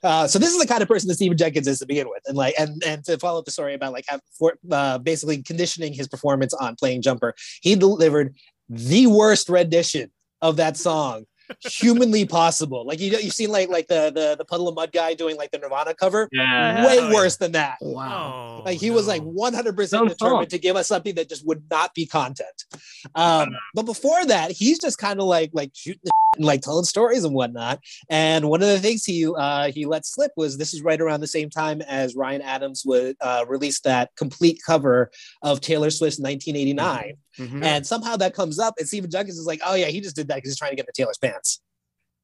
Uh, so this is the kind of person that Stephen Jenkins is to begin with, and like, and and to follow up the story about like have for, uh, basically conditioning his performance on playing jumper, he delivered the worst rendition of that song humanly possible. Like you know, you've seen like like the the the puddle of mud guy doing like the Nirvana cover, Yeah. way Oh, yeah. worse than that. Wow. Oh, Like he was like no. 100 Own percent song. determined to give us something that just would not be content. Uh-huh. Um, but before that, he's just kind of like like shooting the shit and like telling stories and whatnot. And one of the things he uh, he let slip was this is right around the same time as Ryan Adams would uh, release that complete cover of Taylor Swift's 1989, Mhm. and somehow that comes up, and Stephen Jenkins is like, oh yeah, he just did that because he's trying to get into Taylor's pants.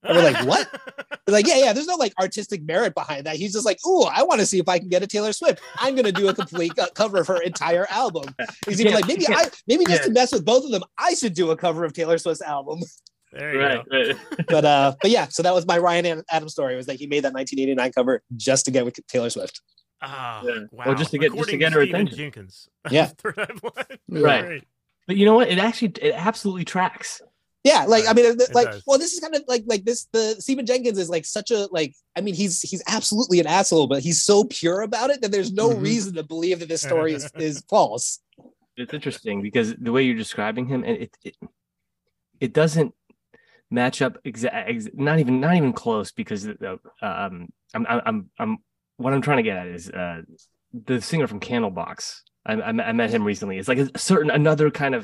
and we're like, what? It's like, yeah, yeah, there's no like artistic merit behind that. He's just like, ooh, I want to see if I can get a Taylor Swift. I'm gonna do a complete uh, cover of her entire album. He's even Yeah, like, maybe yeah, I, maybe just yeah. to mess with both of them, I should do a cover of Taylor Swift's album. There you Right, go. right. But uh, but yeah, so that was my Ryan Ad- Adams story was that he made that 1989 cover just to get with Taylor Swift. Ah, Yeah. wow. Well, just to get- just to Recording get her Stephen attention. Jenkins. Yeah. Third Eye Blind. Right. Great. But you know what? It actually it absolutely tracks. Yeah, like I mean, it- like does. well, this is kind of like like this. The Stephen Jenkins is like such a like. I mean, he's he's absolutely an asshole, but he's so pure about it that there's no Mhm. reason to believe that this story is is false. It's interesting because the way you're describing him, it it, it, it doesn't match up exact. Ex- not even not even close because uh, um I'm I'm I'm, I'm what I'm trying to get at is uh, the singer from Candlebox. I, I, met- I met him recently. It's like a certain another kind of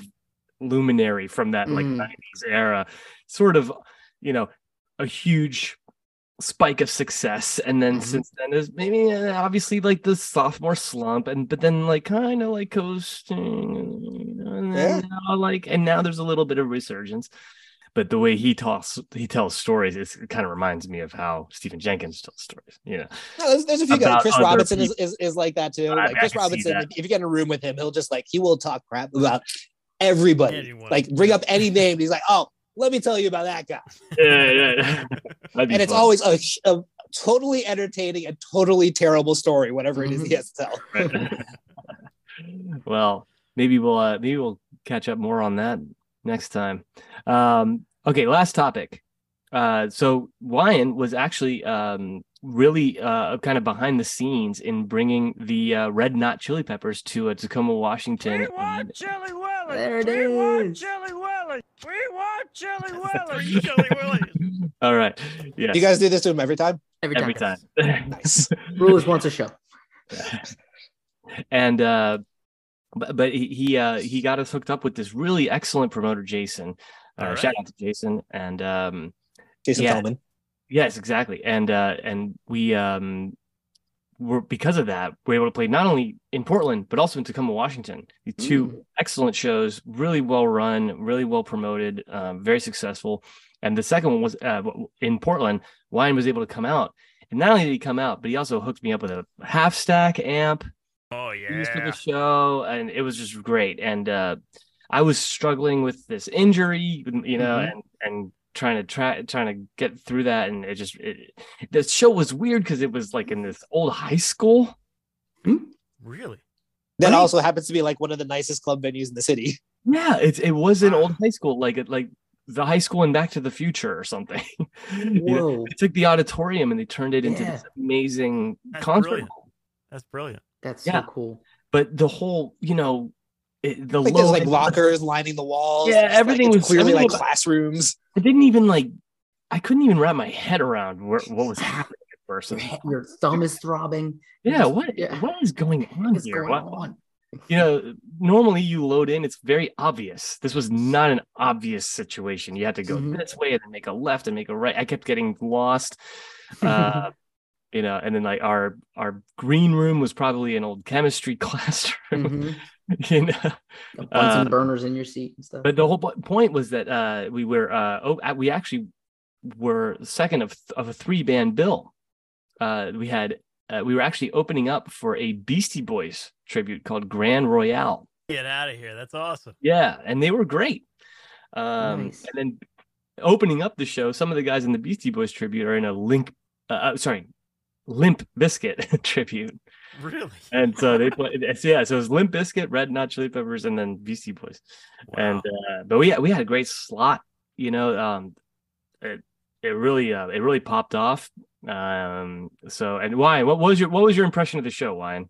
luminary from that like Mm. 90s era, sort of you know a huge spike of success, and then Mhm. since then there's maybe uh, obviously like the sophomore slump, and but then like kind of like coasting, and then now, like and now there's a little bit of resurgence. But the way he talks, he tells stories. It's, it kind of reminds me of how Stephen Jenkins tells stories. You know, No, there's, there's a few guys. About Chris other Robinson is, is, is like that too. I- Like I Chris can see Robinson, that. if, if you get in a room with him, he'll just like he will talk crap about everybody. Anyone. Like bring up any name, he's like, oh, let me tell you about that guy. yeah, yeah. And it's always a, sh- a totally entertaining Mm-hmm. and totally terrible story, whatever it is Mhm. he has to tell. well, maybe we'll uh, maybe we'll catch up more on that next time. Um, okay, last topic. Uh, so Ryan was actually um, really uh, kind of behind the scenes in bringing the uh, Red Knot Chili Peppers to uh, Tacoma, Washington. and- Chili Willy. There it We want is. Chili Willy. We want Chili Willy. Chili Willy. All right, yeah, Do you guys do this to him every time? Every time. every time. nice. Rule is once a show. and uh but, but he he, uh he got us hooked up with this really excellent promoter jason uh, All right. shout out to jason and um Jason Yeah. Tallman. yes exactly and uh and we um were because of that we're able to play not only in portland but also in tacoma washington the two excellent shows really well run really well promoted um, very successful and the second one was uh, in portland wine was able to come out and not only did he come out but he also hooked me up with a half stack amp Oh used for yeah. the show, and it was just great. And uh, I was struggling with this injury, you know, and and trying to try trying to get through that, and it just it, the show was weird because it was like in this old high school. Really? That Let me- also happens to be like one of the nicest club venues in the city. Yeah, it it was an old Wow. high school, like it like the high school and Back to the Future or something. You know, Whoa, they took the auditorium and they turned it into Yeah. this amazing That's concert. brilliant. hall. That's brilliant. that's Yeah. so cool. But the whole, you know, it, the Like low there's like end- lockers lining the walls. Yeah, and it's, like, everything it's was- clearly everything like was- classrooms. I didn't even like I couldn't even wrap my head around where, what was happening at first. Your, And, he- your thumb is throbbing. yeah, just- what yeah. what is going on What's here? going What- on? You know, normally you load in, it's very obvious. This was not an obvious situation. You had to go Mhm. this way and then make a left and make a right. I kept getting lost. Uh, you know, and then like our our green room was probably an old chemistry classroom. Mhm. you know, Got Bunsen Uh, burners in your seat and stuff. But the whole po- point was that uh, we were uh, oh, uh, we actually were second of th- of a three band bill. Uh, we had uh, we were actually opening up for a Beastie Boys tribute called Grand Royale. Get out of here. That's awesome. Yeah, and they were great. Um, Nice. And then opening up the show, some of the guys in the Beastie Boys tribute are in a Link, uh, uh, sorry, Limp Biscuit tribute. Really? And so they played, so yeah, so it was Limp Biscuit, Red Hot Chili Peppers, and then Beastie Boys and Wow. uh, but we had, we had a great slot you know um it, it really uh, it really popped off um so and Wyan, what was your what was your impression of the show Wyan?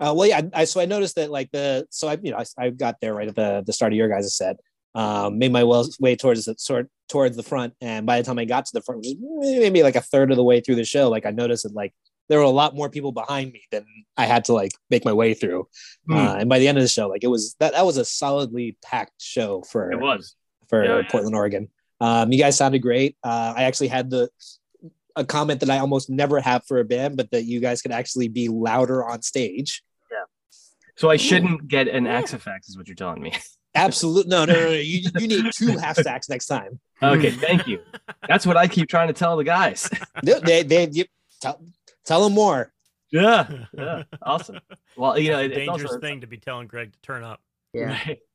Uh, well, yeah. I, so I noticed that like the so I you know I, I got there right at the the start of your guys' set. Um, made my well, way towards the sort towards the front, and by the time I got to the front, which is maybe like a third of the way through the show, like I noticed that like there were a lot more people behind me than I had to like make my way through. Hmm. Uh, and by the end of the show, like it was that that was a solidly packed show for it was for Yeah, yeah. Portland, Oregon. Um, you guys sounded great. Uh, I actually had the a comment that I almost never have for a band, but that you guys could actually be louder on stage. so I shouldn't get an axe effects is what you're telling me Absolutely, no, no, no, no. You, you need two half stacks next time. okay thank you that's what I keep trying to tell the guys They, they, they you, tell, tell them more. yeah yeah awesome well you know That's it- a it's dangerous also- thing to be telling Greg to turn up. yeah. Right.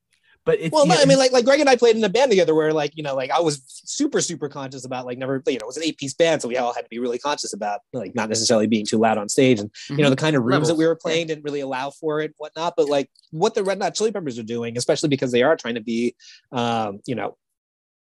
but it's Well, you no, know, I mean, like, like Greg and I played in a band together where, like, you know, like I was super, super conscious about, like, never, you know, it was an eight piece band, so we all had to be really conscious about, like, not necessarily being too loud on stage, and you know, the kind of rooms that Levels, we were yeah. playing didn't really allow for it, and whatnot. But like, what the Red Hot Chili Peppers are doing, especially because they are trying to be, um, you know,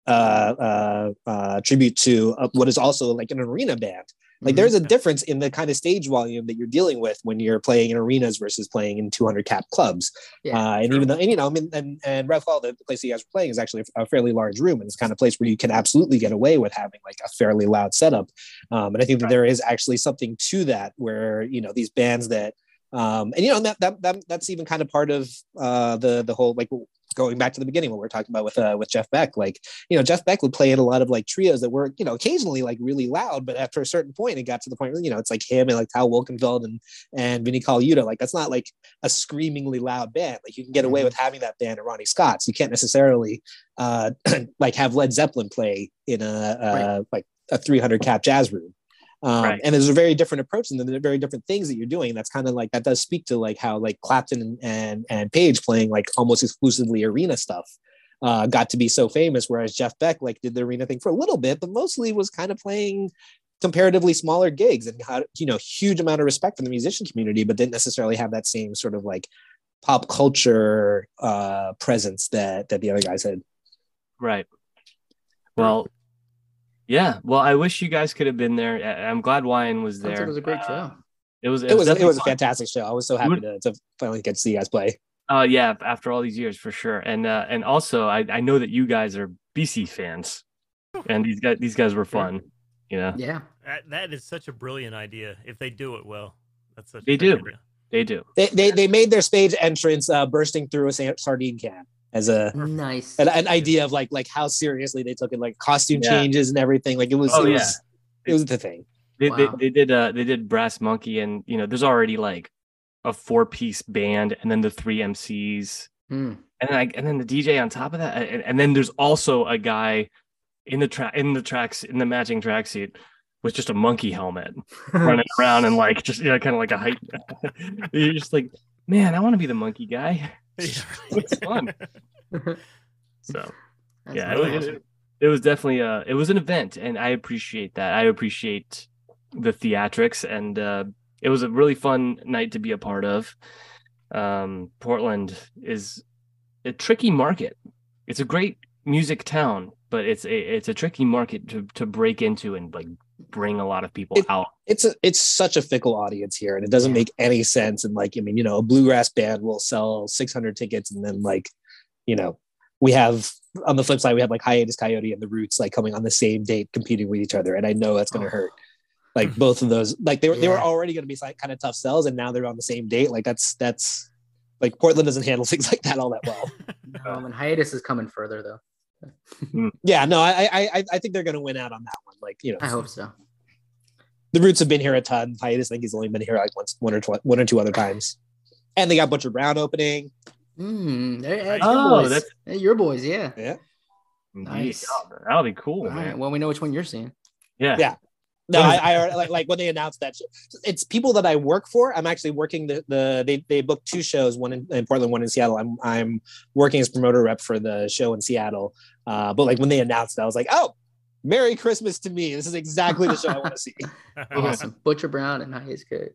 uh, uh, uh, tribute to uh, what is also like an arena band. Like, Mhm. there's a difference in the kind of stage volume that you're dealing with when you're playing in arenas versus playing in 200 cap clubs. Yeah, uh, and even though, and you know, I mean, and, and Rev Hall, the, the place you guys were playing, is actually a fairly large room, and it's the kind of place where you can absolutely get away with having like a fairly loud setup. Um, and I think that there is actually something to that, where you know these bands that, um, and you know, that, that, that that's even kind of part of uh, the the whole like going back to the beginning what we were talking about with uh, with Jeff Beck, like you know Jeff Beck would play in a lot of like trios that were you know occasionally like really loud, but after a certain point it got to the point where you know it's like him and like Tal Wolkenfeld and and Vinnie Colaiuta, like that's not like a screamingly loud band. Like you can get away with having that band at Ronnie Scott's. You can't necessarily uh, like have Led Zeppelin play in a, uh like a 300 cap jazz room. Um, Right. And there's a very different approach, and then there are very different things that you're doing. That's kind of like that does speak to like how like Clapton and and, and Page playing like almost exclusively arena stuff uh, got to be so famous. Whereas Jeff Beck like did the arena thing for a little bit, but mostly was kind of playing comparatively smaller gigs and had you know huge amount of respect from the musician community, but didn't necessarily have that same sort of like pop culture uh, presence that that the other guys had. Right. Well, yeah. Well, I wish you guys could have been there. I- I'm glad Wyan was Sounds like there. Uh, It was a great show. It was. It was it definitely was a fun. fantastic show. I was so happy to, to finally get to see you guys play. Uh, yeah, after all these years, for sure. And uh, and also, I, I know that you guys are BC fans, and these guys these guys were fun. You know, Yeah. That, that is such a brilliant idea. If they do it well, that's such. They a great do. idea. they do. They they, they made their stage entrance uh, bursting through a sa- sardine can as a Nice. an, an idea of like like how seriously they took it, like costume Yeah. changes and everything. Like it was Oh, it yeah. was it was the thing. They, they, Wow. they did uh they did Brass Monkey, and you know, there's already like a four piece band, and then the three MCs, Hmm. and then I, and then the DJ on top of that, and, and then there's also a guy in the track in the tracks in the matching tracksuit with just a monkey helmet Hmm. running around and like just you know kind of like a hype. You're just like, man, I want to be the monkey guy. It's fun. So That's yeah, it, really was- awesome. it- it was definitely a it was an event, and I appreciate that. I appreciate the theatrics, and uh, it was a really fun night to be a part of. Um, Portland is a tricky market. It's a great music town, but it's a it's a tricky market to to break into and like bring a lot of people It- out. It's a, it's such a fickle audience here, and it doesn't Yeah. make any sense. And like I mean, you know, a bluegrass band will sell 600 tickets, and then like, you know, we have on the flip side we have like Hiatus Coyote and the Roots like coming on the same date competing with each other, and I know that's going to Oh. Hmm. hurt. Like both of those, like they were they were Yeah. already going to be like kind of tough sells, and now they're on the same date. Like that's that's like Portland doesn't handle things like that all that well. Um, and hiatus is coming further though. Yeah, no, I I I- I think they're gonna win out on that one. Like you know, I hope so. the Roots have been here a ton. Hiatus, I think he's only been here like once, one or twi- one or two other times. And they got Butcher Brown opening. Mm, there- that's Oh, your boys. that's- Hey, your boys, yeah. Indeed. Nice. Oh, that'll be cool, All man. right. Well, we know which one you're seeing. Yeah. Yeah. No, What I, is- I already- like like when they announced that shit. It's people that I work for. I'm actually working the the they they booked two shows, one in, in Portland, one in Seattle. I'm I'm working as promoter rep for the show in Seattle. Uh, but like when they announced, it, I was like, oh, Merry Christmas to me. This is exactly the show I want to see. Awesome. Butcher Brown and hiatus. Coyote.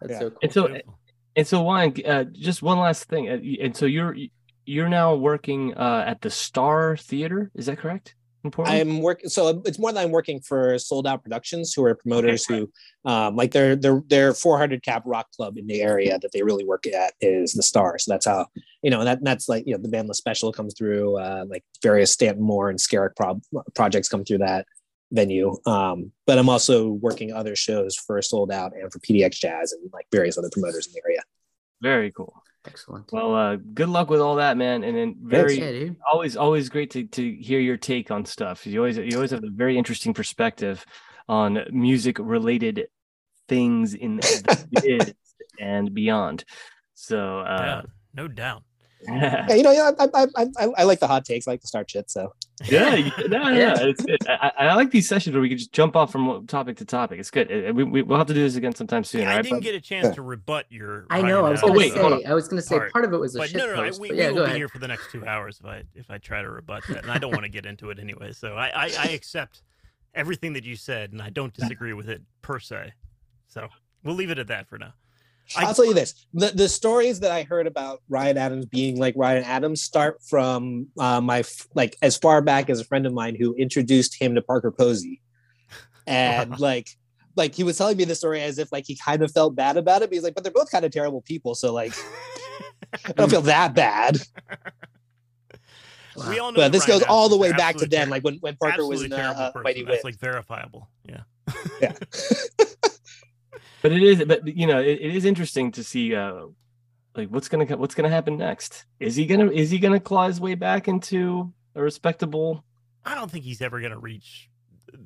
That's Yeah. so cool. And so uh, Beautiful. And so, Juan, uh, just one last thing. Uh, y- And so you're you're now working uh, at the Star Theater. Is that correct? In Portland? I'm working. So it's more that I'm working for Sold Out Productions, who are promoters who, um, like their their their 400 cap rock club in the area that they really work at is the Star. So that's how you know that that's like you know the Vanla Special comes through, uh, like various Stanton Moore and Scarrick prob- projects come through that venue. Um, but I'm also working other shows for Sold Out and for PDX Jazz and like various other promoters in the area. very cool. Excellent. Well, uh, good luck with all that, man. And then very yeah, dude. always always great to to hear your take on stuff. You always you always have a very interesting perspective on music related things in the biz and beyond. So uh, Down. no doubt. yeah, Yeah, you know, yeah, I, I, I, I, I like the hot takes, I like the start shit. So you- no, no, Yeah. no, it's good. I, I I like these sessions where we can just jump off from one topic to topic. It's good. Uh, We, we, we'll have to do this again sometime soon. Yeah, all I right, didn't bud? get a chance to rebut your. I know. Hyman I was Oh, out. gonna wait, hold say. I was gonna say Part. part of it was a But shit no, no, no, I- post, we, but we yeah, will go be ahead. here for the next two hours if I if I try to rebut that, and I don't want to get into it anyway. So I, I I accept everything that you said, and I don't disagree with it per se. So we'll leave it at that for now. I- I'll tell you this: the the stories that I heard about Ryan Adams being like Ryan Adams start from uh, my f- like as far back as a friend of mine who introduced him to Parker Posey, and Wow. like like he was telling me the story as if like he kind of felt bad about it. But he's like, but they're both kind of terrible people, so like I don't feel that bad. We all know But that this Ryan goes all the Adams way is an back to absolute then, ter- like when when Parker was absolutely in uh, terrible uh, person. Mighty Wind. That's like verifiable. Yeah. but it is but you know it, it is interesting to see uh like what's gonna co- what's gonna happen next is he gonna is he gonna claw his way back into a respectable I don't think he's ever going to reach uh,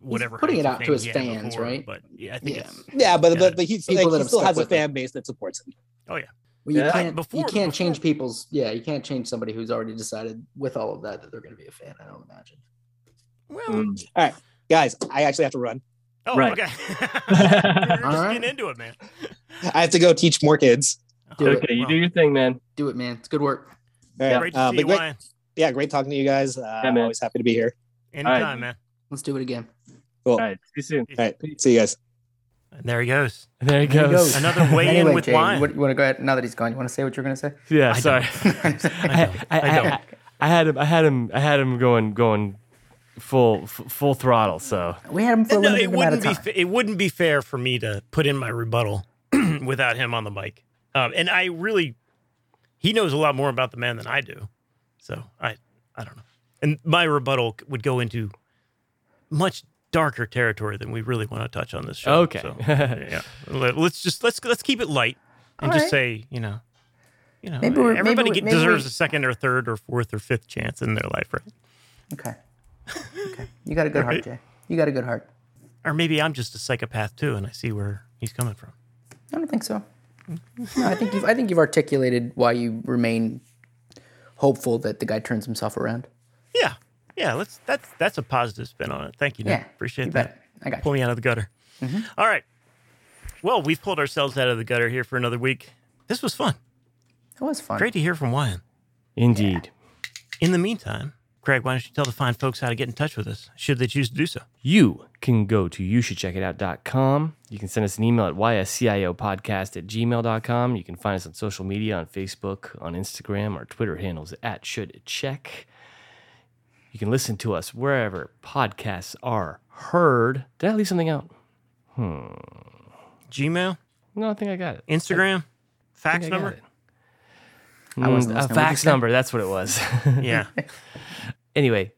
whatever. putting it heights of out fame to his he had fans, before, right? But yeah, I think Yeah. it's Yeah, but Yeah. but, but he, People like, that he have still stuck has a with him. fan base that supports him. Well, you Yeah. can't Before- you can't before- change people's yeah you can't change somebody who's already decided with all of that that they're going to be a fan. I don't imagine. well, Mm. Guys, I actually have to run. oh Right. okay. We're okay just right. getting into it, man. Uh-huh. I have to go teach more kids. Do it. you Well, do your thing man Do it, man. It's good work. All right, Great to uh, see but you, great- Ryan. yeah, great talking to you guys. Uh, Yeah, man. Always happy to be here. Anytime, man. Let's do it again. Cool. all right see you soon All right. See you guys. And there he goes. There he goes. Another way Anyway, in with Jay, wine. What, you want to go ahead now that he's gone? You want to say what you're going to say? Yeah, sorry. I, I, I don't. I, I had him. I had him. I had him going going full f- full throttle. So We had him for a No, limited it amount of wouldn't be time. fa- it wouldn't be fair for me to put in my rebuttal without him on the mic. Um, and I really, he knows a lot more about the man than I do. So I, I don't know. And my rebuttal would go into much darker territory than we really want to touch on this show. Okay. So, yeah. Let, us just let's let's keep it light and All just right. say you know. You know, Maybe we're- maybe everybody we- get, maybe we- deserves a second or third or fourth or fifth chance in their life, right? okay. Okay. You got a good heart, Right. Jay. You got a good heart. Or maybe I'm just a psychopath too, and I see where he's coming from. I don't think so. No, I think you've I think you've articulated why you remain hopeful that the guy turns himself around. Yeah. Yeah, let's that's that's a positive spin on it. Thank you, Nick. Yeah, Appreciate you that. bet. Mm-hmm. I got Pull me out of the gutter. All right. Well, we've pulled ourselves out of the gutter here for another week. This was fun. That was fun. Great to hear from Wyan. indeed. In the meantime, Greg, why don't you tell the fine folks how to get in touch with us, should they choose to do so? You can go to youshouldcheckitout.com. You can send us an email at ysciopodcast at gmail.com. You can find us on social media on Facebook, on Instagram. Our Twitter handles at should it check. You can listen to us wherever podcasts are heard. Did I leave something out? Gmail, No, I think I got it. Instagram, I fax think I got number? it. I wasn't Mm, listening. a What'd you fax say? number. That's what it was. Yeah. anyway,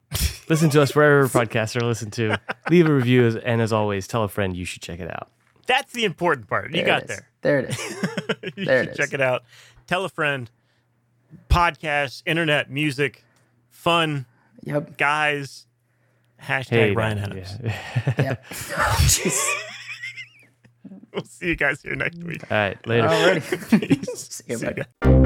listen to us wherever podcasts are listened to. Leave a review. And as always, tell a friend you should check it out. That's the important part. You it got is. there. There it is. you There should it check is. it out. Tell a friend. Podcasts, internet, music, fun, Yep. guys. Hashtag Ryan now, Adams. yeah. Yep. Jeez. We'll see you guys here next week. All right. Later. Alrighty. See you, See you bud. guys.